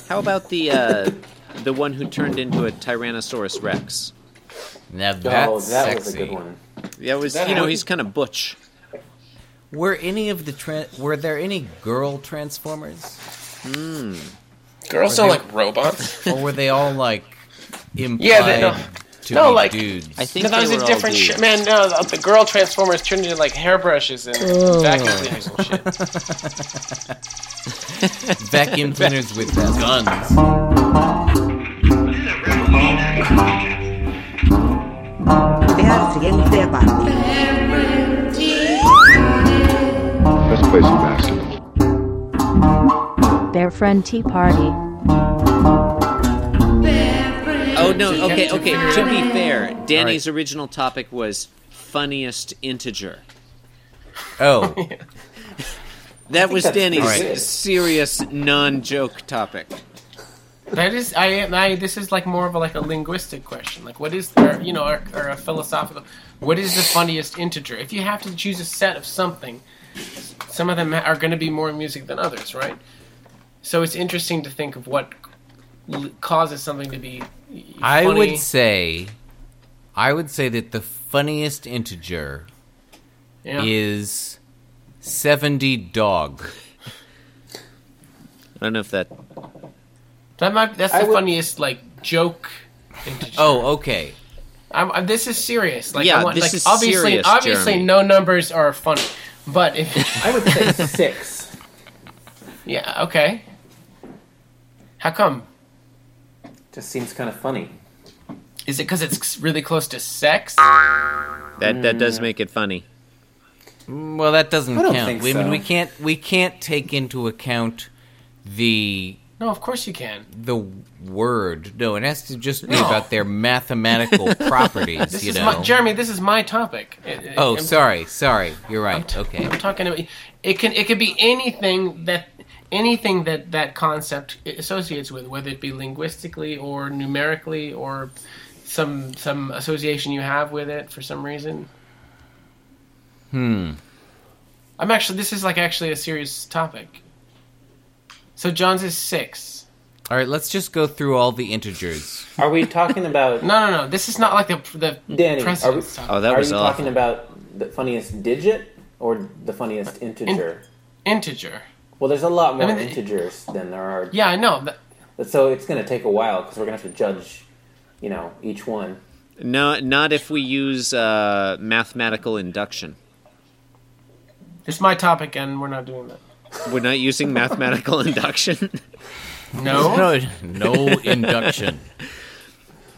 Speaker 2: how about the uh, the one who turned into a Tyrannosaurus Rex?
Speaker 1: Now that's
Speaker 7: Oh, that
Speaker 1: sexy.
Speaker 7: was a good one.
Speaker 2: That was you know he's kind of butch.
Speaker 1: Were any of the tran were there any girl Transformers,
Speaker 11: Girls
Speaker 1: Or
Speaker 11: sound
Speaker 1: they-
Speaker 11: like robots.
Speaker 1: or were they all like implied
Speaker 3: Yeah, they- no.
Speaker 1: to
Speaker 3: No,
Speaker 1: be
Speaker 3: like-
Speaker 1: dudes?
Speaker 2: I think
Speaker 3: No, that
Speaker 2: they
Speaker 3: was
Speaker 2: were
Speaker 3: a
Speaker 2: all
Speaker 3: different
Speaker 2: dudes.
Speaker 3: shit. Man, no, the, the girl Transformers turned into like hairbrushes and vacuum cleaners and shit.
Speaker 1: vacuum cleaners with guns.
Speaker 4: Vean la siguiente parte.
Speaker 9: Let's play some basketball.
Speaker 5: Bear friend tea party.
Speaker 2: Oh no, okay, okay. To be fair, Danny's original topic was funniest integer.
Speaker 1: Oh.
Speaker 2: That was
Speaker 7: that's
Speaker 2: Danny's
Speaker 1: pretty good.
Speaker 2: serious non-joke topic.
Speaker 3: That is, I, am- I, this is like more of a, like a linguistic question. Like, what is, or, you know, or, or a philosophical, what is the funniest integer? If you have to choose a set of something, some of them are going to be more music than others, right? So it's interesting to think of what l- causes something to be.
Speaker 1: I
Speaker 3: funny.
Speaker 1: would say, I would say that the funniest integer
Speaker 3: Yeah.
Speaker 1: is seventy dog.
Speaker 2: I don't know if that
Speaker 3: That might, that's
Speaker 7: I
Speaker 3: the
Speaker 7: would-
Speaker 3: funniest like joke.
Speaker 1: Oh, okay.
Speaker 3: I'm, I'm, this is serious. Like,
Speaker 1: Yeah,
Speaker 3: I want,
Speaker 1: this
Speaker 3: like,
Speaker 1: is
Speaker 3: obviously,
Speaker 1: serious,
Speaker 3: obviously,
Speaker 1: Jeremy.
Speaker 3: no numbers are funny, but if
Speaker 7: I would say six.
Speaker 3: Yeah. Okay. How come?
Speaker 7: Just seems kind of funny.
Speaker 3: Is it because it's really close to sex?
Speaker 2: That that does make it funny.
Speaker 1: Well, that doesn't
Speaker 3: I don't
Speaker 1: count.
Speaker 3: think
Speaker 1: we, I mean,
Speaker 3: so.
Speaker 1: we can't we can't take into account the
Speaker 3: No, of course you can.
Speaker 1: the word. No, it has to just be
Speaker 3: No.
Speaker 1: about their mathematical properties.
Speaker 3: This
Speaker 1: you
Speaker 3: is
Speaker 1: know.
Speaker 3: my, Jeremy. This is my topic. It- it-
Speaker 1: oh,
Speaker 3: I'm-
Speaker 1: sorry, sorry. You're right. okay.
Speaker 3: I'm talking about. It can it could be anything that anything that that concept associates with, whether it be linguistically or numerically or some some association you have with it for some reason.
Speaker 1: Hmm.
Speaker 3: I'm actually this is like actually a serious topic. So John's is six.
Speaker 1: All right. Let's just go through all the integers.
Speaker 7: Are we talking about
Speaker 3: No, no, no. This is not like the the
Speaker 7: Danny? Are, we,
Speaker 3: precedent stuff.
Speaker 1: Oh, that
Speaker 7: are
Speaker 1: was
Speaker 7: you
Speaker 1: awful.
Speaker 7: talking about the funniest digit or the funniest integer?
Speaker 3: Integer.
Speaker 7: well, there's a lot more
Speaker 3: I mean,
Speaker 7: integers than there are.
Speaker 3: Yeah, I know. That,
Speaker 7: So it's going to take a while because we're going to have to judge, you know, each one.
Speaker 2: No, not if we use uh, mathematical induction.
Speaker 3: this is my topic, and we're not doing that.
Speaker 2: We're not using mathematical induction.
Speaker 3: No? No,
Speaker 1: no induction.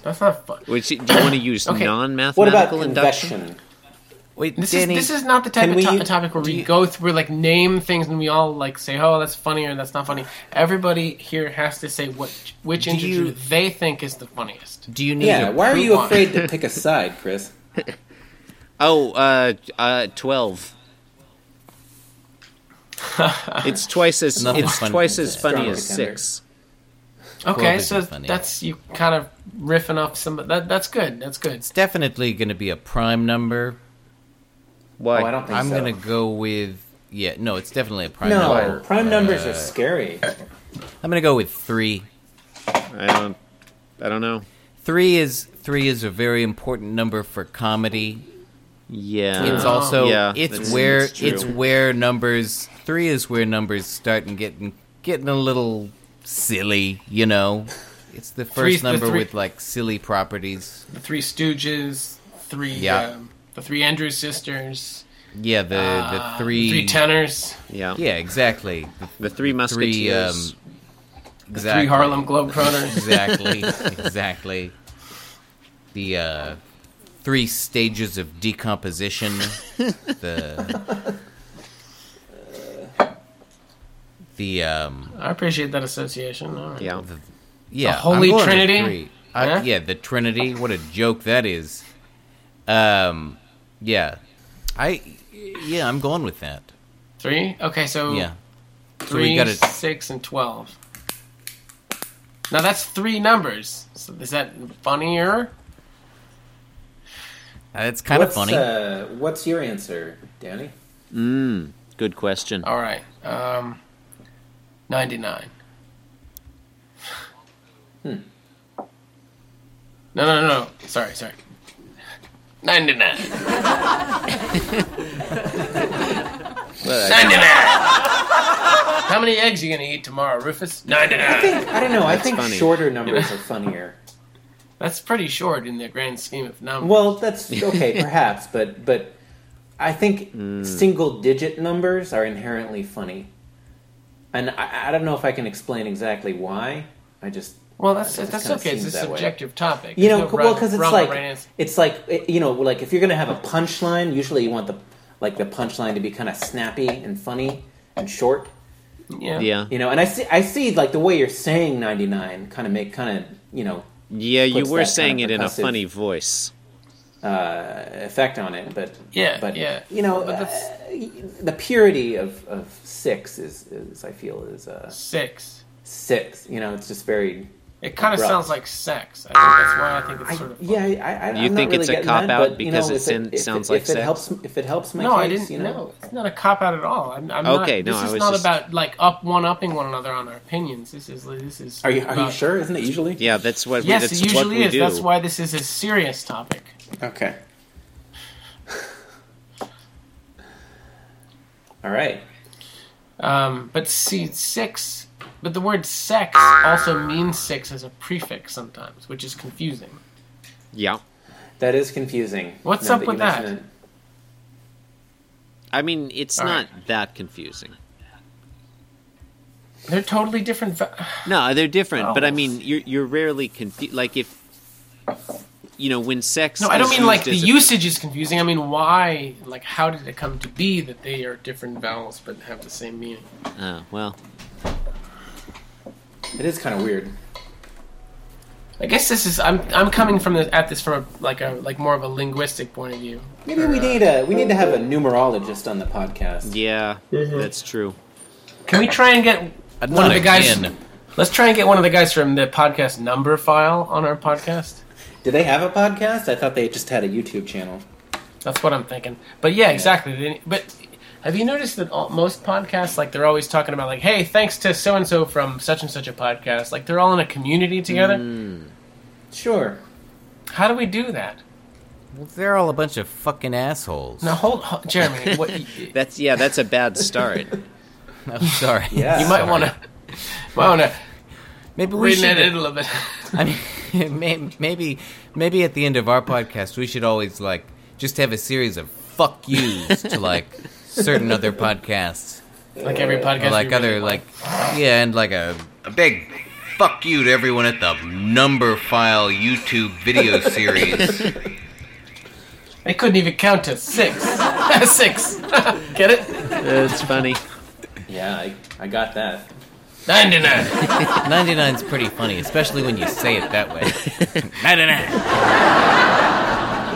Speaker 3: That's not fun.
Speaker 2: Which do you want to use
Speaker 3: Okay.
Speaker 2: non-mathematical induction?
Speaker 1: Wait,
Speaker 3: This is this is not the type
Speaker 2: can
Speaker 3: of
Speaker 2: we
Speaker 3: to-
Speaker 2: u-
Speaker 3: topic where
Speaker 2: do
Speaker 3: we
Speaker 2: you-
Speaker 3: go through like name things and we all like say, "Oh, that's funny" or "That's not funny." Everybody here has to say what which
Speaker 7: Do
Speaker 3: integer
Speaker 7: you-
Speaker 3: they think is the funniest.
Speaker 1: Do you
Speaker 3: need
Speaker 7: Yeah,
Speaker 3: to
Speaker 7: why are
Speaker 3: prove
Speaker 7: you
Speaker 3: one?
Speaker 7: afraid to pick a side, Chris?
Speaker 2: Oh, uh, uh, twelve. it's twice as
Speaker 3: Nothing
Speaker 2: it's
Speaker 3: funny.
Speaker 2: twice as
Speaker 3: Strong
Speaker 2: funny as
Speaker 3: contender.
Speaker 2: six.
Speaker 3: Okay,
Speaker 1: Twelve
Speaker 3: so
Speaker 1: isn't funny.
Speaker 3: that's you kind of riffing off some. That that's good. That's good.
Speaker 1: It's definitely going to be a prime number.
Speaker 2: Why?
Speaker 7: Oh, I don't think
Speaker 1: I'm
Speaker 7: so.
Speaker 1: going to go with yeah. No, it's definitely a prime
Speaker 7: no,
Speaker 1: number.
Speaker 7: prime numbers
Speaker 1: Uh,
Speaker 7: are scary.
Speaker 1: I'm going to go with three.
Speaker 2: I don't. I don't know.
Speaker 1: Three is three is a very important number for comedy.
Speaker 2: Yeah,
Speaker 1: it's also
Speaker 2: Oh. Yeah,
Speaker 1: it's
Speaker 2: that's-
Speaker 1: where
Speaker 2: that's true.
Speaker 1: it's where numbers three is where numbers start and getting getting a little silly. You know, it's the first
Speaker 3: Three's the
Speaker 1: number
Speaker 3: three-
Speaker 1: with like silly properties.
Speaker 3: The Three Stooges, three
Speaker 1: Yeah.
Speaker 3: um, the three Andrews sisters.
Speaker 1: Yeah, the
Speaker 3: Uh,
Speaker 1: the three
Speaker 3: three tenors.
Speaker 2: Yeah,
Speaker 1: yeah, exactly. The,
Speaker 2: three
Speaker 3: um,
Speaker 2: Musketeers.
Speaker 3: The three Harlem Globetrotters.
Speaker 1: exactly, exactly. The uh, three stages of decomposition. the the um,
Speaker 3: I appreciate that association. All right.
Speaker 2: Yeah.
Speaker 1: yeah,
Speaker 3: The Holy
Speaker 1: I'm going with
Speaker 3: Trinity?
Speaker 1: three. I-
Speaker 3: Huh?
Speaker 1: yeah, the Trinity. What a joke that is. Um, yeah, I yeah, I'm going with that.
Speaker 3: Three. Okay, so
Speaker 1: Yeah. So we
Speaker 3: three,
Speaker 1: gotta-
Speaker 3: six, and twelve. Now that's three numbers. So is that funnier?
Speaker 1: It's kind of
Speaker 7: What's,
Speaker 1: funny.
Speaker 7: Uh, what's your answer, Danny?
Speaker 2: Mm, good question.
Speaker 3: All right. Um, ninety-nine.
Speaker 7: Hmm.
Speaker 3: No, no, no. no. Sorry, sorry. Ninety-nine.
Speaker 2: Well, I-
Speaker 3: Ninety-nine. How many eggs you gonna eat tomorrow, Rufus? Ninety-nine.
Speaker 7: I think I don't know. I
Speaker 3: That's
Speaker 7: think
Speaker 3: funny.
Speaker 7: shorter numbers are funnier.
Speaker 3: That's pretty short in the grand scheme of numbers.
Speaker 7: Well, that's okay, perhaps, but but I think single digit numbers are inherently funny, and I, I don't know if I can explain exactly why. I just
Speaker 3: Well, that's
Speaker 7: it just
Speaker 3: that's
Speaker 7: kinda
Speaker 3: okay. It's a
Speaker 7: seems that way.
Speaker 3: subjective topic.
Speaker 7: You
Speaker 3: There's
Speaker 7: know,
Speaker 3: no
Speaker 7: c- well,
Speaker 3: right-
Speaker 7: because it's
Speaker 3: wrong or
Speaker 7: like
Speaker 3: right answer.
Speaker 7: it's like it- you know, like if you're gonna have a punchline, usually you want the like the punchline to be kind of snappy and funny and short.
Speaker 3: Yeah.
Speaker 2: Yeah.
Speaker 7: You know, and I see, I see, like the way you're saying 99 kind of make kind of you know
Speaker 2: yeah, you
Speaker 7: puts that
Speaker 2: were
Speaker 7: kind
Speaker 2: saying
Speaker 7: of
Speaker 2: it in a
Speaker 7: percussive-
Speaker 2: funny voice.
Speaker 7: uh, effect on it, but
Speaker 3: Yeah,
Speaker 7: but
Speaker 3: yeah.
Speaker 7: you know,
Speaker 3: But
Speaker 7: uh,
Speaker 3: that's-
Speaker 7: the purity of, of six is, is I feel is uh,
Speaker 3: Six.
Speaker 7: six. You know, it's just very.
Speaker 3: It kind of
Speaker 7: abrupt.
Speaker 3: sounds like sex. I think that's why I think it's sort of.
Speaker 7: Yeah, I, I,
Speaker 2: You
Speaker 7: I'm not
Speaker 2: think
Speaker 7: really
Speaker 2: it's a
Speaker 7: getting
Speaker 2: cop
Speaker 7: that,
Speaker 2: out
Speaker 7: but, you
Speaker 2: because
Speaker 7: know,
Speaker 2: it
Speaker 7: if
Speaker 2: sin-
Speaker 7: if
Speaker 2: sounds
Speaker 7: if
Speaker 2: like
Speaker 7: it
Speaker 2: sex?
Speaker 7: helps, if it helps my
Speaker 3: no,
Speaker 7: case,
Speaker 3: I didn't.
Speaker 7: You know,
Speaker 3: No, it's not a cop out at all. I'm, I'm
Speaker 2: Okay,
Speaker 3: not,
Speaker 2: no,
Speaker 3: this
Speaker 2: I
Speaker 3: is
Speaker 2: was
Speaker 3: not
Speaker 2: just-
Speaker 3: about like up one upping one another on our opinions. This is this is.
Speaker 7: Are you are you
Speaker 3: about-
Speaker 7: sure? Isn't it usually?
Speaker 2: Yeah, that's what.
Speaker 3: Yes,
Speaker 2: we, that's
Speaker 3: it
Speaker 2: what
Speaker 3: usually
Speaker 2: we
Speaker 3: is.
Speaker 2: do.
Speaker 3: That's why this is a serious topic.
Speaker 7: Okay. All right.
Speaker 3: Um, but see, six But the word sex also means six as a prefix sometimes, which is confusing.
Speaker 2: Yeah.
Speaker 7: That is confusing.
Speaker 3: What's
Speaker 7: now
Speaker 3: up
Speaker 7: that
Speaker 3: with
Speaker 7: you mention
Speaker 3: that?
Speaker 7: it.
Speaker 2: I mean, it's
Speaker 3: All
Speaker 2: not that confusing.
Speaker 3: They're totally different. Va-
Speaker 2: No, they're different, but I
Speaker 3: Oh.
Speaker 2: mean, you're you're rarely confused. Like if you know when sex.
Speaker 3: no, I don't
Speaker 2: is
Speaker 3: mean like
Speaker 2: used
Speaker 3: the
Speaker 2: as a-
Speaker 3: usage is confusing. I mean why, like how did it come to be that they are different vowels but have the same meaning?
Speaker 2: Oh well,
Speaker 7: It is kind of weird.
Speaker 3: I guess this is I'm I'm coming from the, at this from a, like a like more of a linguistic point of view.
Speaker 7: Maybe we need a we need to have a numerologist on the podcast.
Speaker 2: Yeah,
Speaker 3: Mhm.
Speaker 2: that's true.
Speaker 3: Can we try and get one of
Speaker 7: Not
Speaker 3: the guys?
Speaker 7: again.
Speaker 3: Let's try and get one of the guys from the podcast number file on our podcast.
Speaker 7: Do they have a podcast? I thought they just had a YouTube channel.
Speaker 3: That's what I'm thinking. But yeah, exactly. They- But have you noticed that all, most podcasts, like they're always talking about, like, hey, thanks to so and so from such and such a podcast. Like they're all in a community together.
Speaker 7: Sure.
Speaker 3: How do we do that?
Speaker 1: Well, they're all a bunch of fucking assholes.
Speaker 3: Now hold, hold Jeremy. What
Speaker 2: that's yeah, that's a bad start.
Speaker 1: I'm sorry.
Speaker 3: you might want to, might want to.
Speaker 1: Maybe we should.
Speaker 3: that in a little bit.
Speaker 1: I mean, may- maybe maybe at the end of our podcast, we should always like just have a series of fuck yous to like certain other podcasts.
Speaker 3: Like every podcast
Speaker 1: Or, Uh, like
Speaker 3: we
Speaker 1: other
Speaker 3: really
Speaker 1: like yeah, and like a, a big fuck you to everyone at the number file YouTube video series.
Speaker 3: They couldn't even count to six. six. Get it?
Speaker 2: That's funny.
Speaker 7: Yeah, I, I got that.
Speaker 3: 99.
Speaker 1: 99's pretty funny, especially when you say it that way. 99.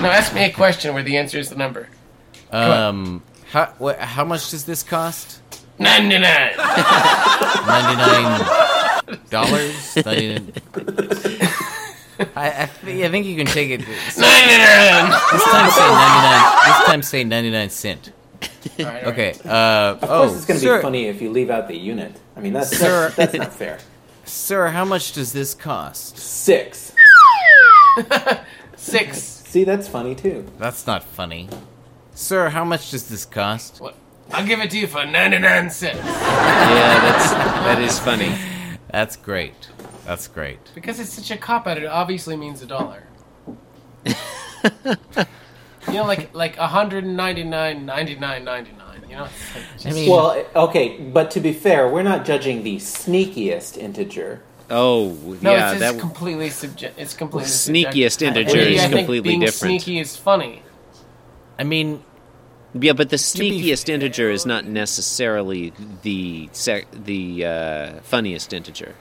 Speaker 3: Now ask me a question where the answer is the number.
Speaker 1: Um how what, how much does this cost?
Speaker 3: 99.
Speaker 1: 99 dollars? 99 I, I, thi- I think you can take it. This time say 99. This time say 99 cent. Okay. Uh,
Speaker 7: Of course,
Speaker 1: oh,
Speaker 7: it's going to
Speaker 1: sir,
Speaker 7: be funny if you leave out the unit. I mean, that's
Speaker 1: Sir.
Speaker 7: that's, that's not fair.
Speaker 1: Sir, how much does this cost?
Speaker 7: Six.
Speaker 3: Six.
Speaker 7: See, that's funny too.
Speaker 1: That's not funny. Sir, how much does this cost?
Speaker 3: What? I'll give it to you for 99 cents.
Speaker 2: Yeah, that's that is funny.
Speaker 1: That's great. That's great.
Speaker 3: Because it's such a cop out, it obviously means a dollar. you know, like like 199, 99, 99. You know, it's like just,
Speaker 7: well, okay, but to be fair, we're not judging the sneakiest integer.
Speaker 2: Oh
Speaker 3: no,
Speaker 2: yeah,
Speaker 3: it's
Speaker 2: that
Speaker 3: just completely subject. It's completely
Speaker 2: Sneakiest
Speaker 3: subjective.
Speaker 2: integer
Speaker 3: Maybe
Speaker 2: is
Speaker 3: I think
Speaker 2: completely
Speaker 3: being
Speaker 2: different.
Speaker 3: Sneaky is funny.
Speaker 1: I mean,
Speaker 2: yeah, but the sneakiest integer is not necessarily the sec- the uh, funniest integer.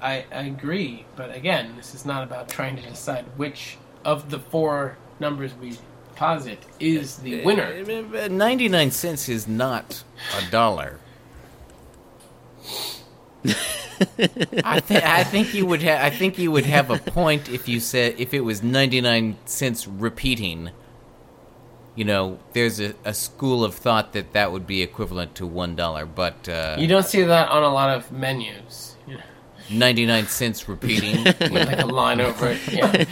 Speaker 3: I, I agree, but again, this is not about trying to decide which of the four numbers we posit is the winner.
Speaker 1: Uh, 99 cents is not a dollar. I, th- I think you would ha- I think you would have a point if you said if it was 99 cents repeating. You know, there's a, a school of thought that that would be equivalent to one dollar, but uh,
Speaker 3: You don't see that on a lot of menus. you know,
Speaker 1: 99 cents repeating
Speaker 3: With like a line over it. Yeah.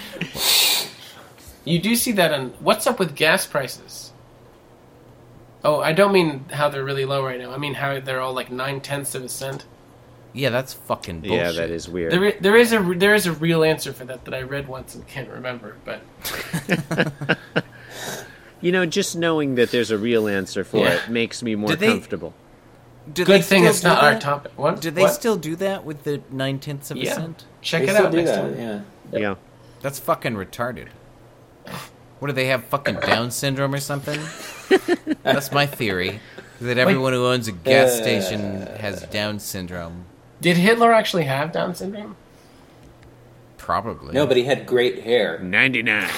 Speaker 3: You do see that on what's up with gas prices? Oh, I don't mean how they're really low right now. I mean how they're all like nine tenths of a cent.
Speaker 1: Yeah, that's fucking bullshit.
Speaker 2: Yeah, that is weird.
Speaker 3: There, i- there is a re- there is a real answer for that that I read once and can't remember, but
Speaker 2: You know, just knowing that there's a real answer for
Speaker 3: Yeah.
Speaker 2: it makes me more
Speaker 1: Did they-
Speaker 2: comfortable.
Speaker 1: Do
Speaker 3: Good
Speaker 1: they
Speaker 3: thing
Speaker 1: still
Speaker 3: it's
Speaker 1: do
Speaker 3: not our
Speaker 1: that?
Speaker 3: topic. What?
Speaker 1: Do they
Speaker 3: What?
Speaker 1: still do that with the nine tenths of
Speaker 3: Yeah.
Speaker 1: a cent?
Speaker 3: check
Speaker 7: They
Speaker 3: it
Speaker 7: still
Speaker 3: out
Speaker 7: do
Speaker 3: next
Speaker 7: that,
Speaker 3: time.
Speaker 7: Yeah.
Speaker 2: Yeah.
Speaker 1: That's fucking retarded. What do they have? Fucking Down syndrome or something? That's my theory. That everyone who owns a gas station
Speaker 7: uh,
Speaker 1: has Down syndrome.
Speaker 3: Did Hitler actually have Down syndrome?
Speaker 1: Probably.
Speaker 7: No, but he had great hair.
Speaker 2: Ninety nine.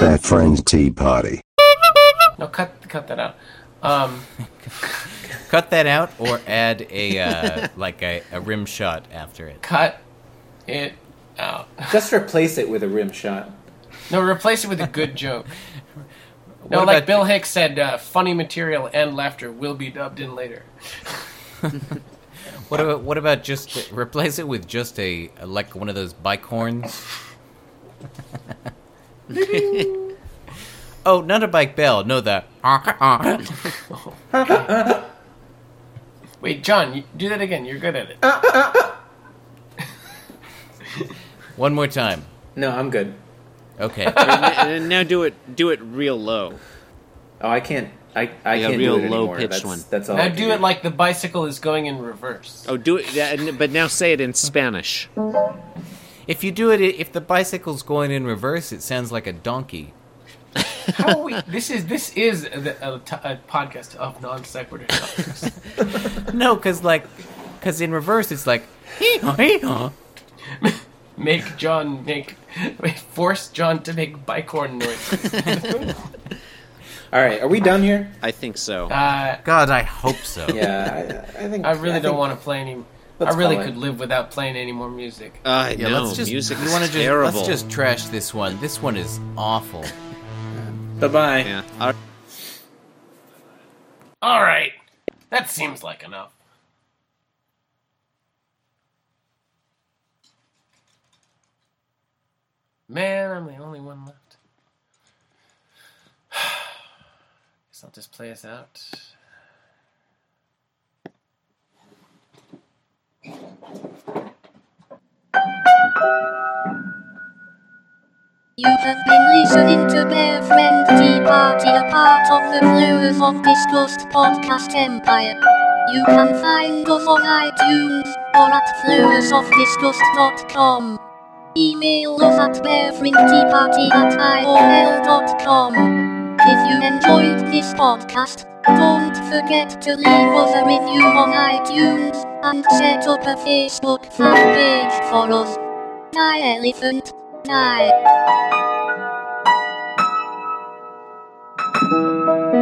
Speaker 9: That friend's tea party.
Speaker 3: No, cut cut that out. Um,
Speaker 1: Cut that out or add a uh, like a, a rim shot after it.
Speaker 3: cut it Oh.
Speaker 7: Just replace it with a rim shot.
Speaker 3: No, replace it with a good joke. No,
Speaker 7: What
Speaker 3: like
Speaker 7: about-
Speaker 3: Bill Hicks said, uh, funny material and laughter will be dubbed in later.
Speaker 1: What about what about just replace it with just a like one of those bike horns? oh, not a bike bell. No, the.
Speaker 3: Wait, John, you, do that again. You're good at it.
Speaker 7: Oh.
Speaker 1: One more time.
Speaker 7: No, I'm good.
Speaker 1: Okay.
Speaker 2: and now do it do it real low.
Speaker 7: Oh, I can't. I I
Speaker 2: Yeah,
Speaker 7: can't
Speaker 2: real
Speaker 7: do it anymore.
Speaker 2: low-pitched
Speaker 7: That's-
Speaker 2: one.
Speaker 7: That's all.
Speaker 3: now
Speaker 7: I can
Speaker 3: do it like the bicycle is going in reverse.
Speaker 2: Oh, do it, yeah, n- but now say it in Spanish.
Speaker 1: If you do it, if the bicycle's going in reverse, it sounds like a donkey.
Speaker 3: How are Oh, we? This is this is the, a, t- a podcast of non sequitur.
Speaker 1: No, because like, because in reverse it's like. hee-haw, hee-haw.
Speaker 3: make John make wait, force John to make bicorn noises.
Speaker 7: All right, are we done here?
Speaker 2: I think so.
Speaker 3: uh,
Speaker 1: God, I hope so.
Speaker 7: Yeah, I, I think.
Speaker 3: I really don't
Speaker 7: think-
Speaker 3: want to play any. I
Speaker 7: Let's
Speaker 3: really
Speaker 7: call it.
Speaker 3: could live without playing any more music.
Speaker 2: Uh,
Speaker 1: Yeah,
Speaker 2: no,
Speaker 1: let's just.
Speaker 2: music
Speaker 1: you
Speaker 2: is
Speaker 1: wanna just,
Speaker 2: terrible.
Speaker 1: Let's just trash this one. This one is awful.
Speaker 7: Bye-bye.
Speaker 2: yeah. All
Speaker 3: All right, that seems like enough. Man, I'm the only one left. Guess I'll just play us out.
Speaker 5: You have been listening to Bear Friend Tea Party, a part of the Brewers of Disgust podcast empire. You can find us on iTunes or at brewersofdisgust.com. Email us at bearfriendteaparty at iol.com. If you enjoyed this podcast, don't forget to leave us a review on iTunes and set up a Facebook fan page for us. Die elephant, die.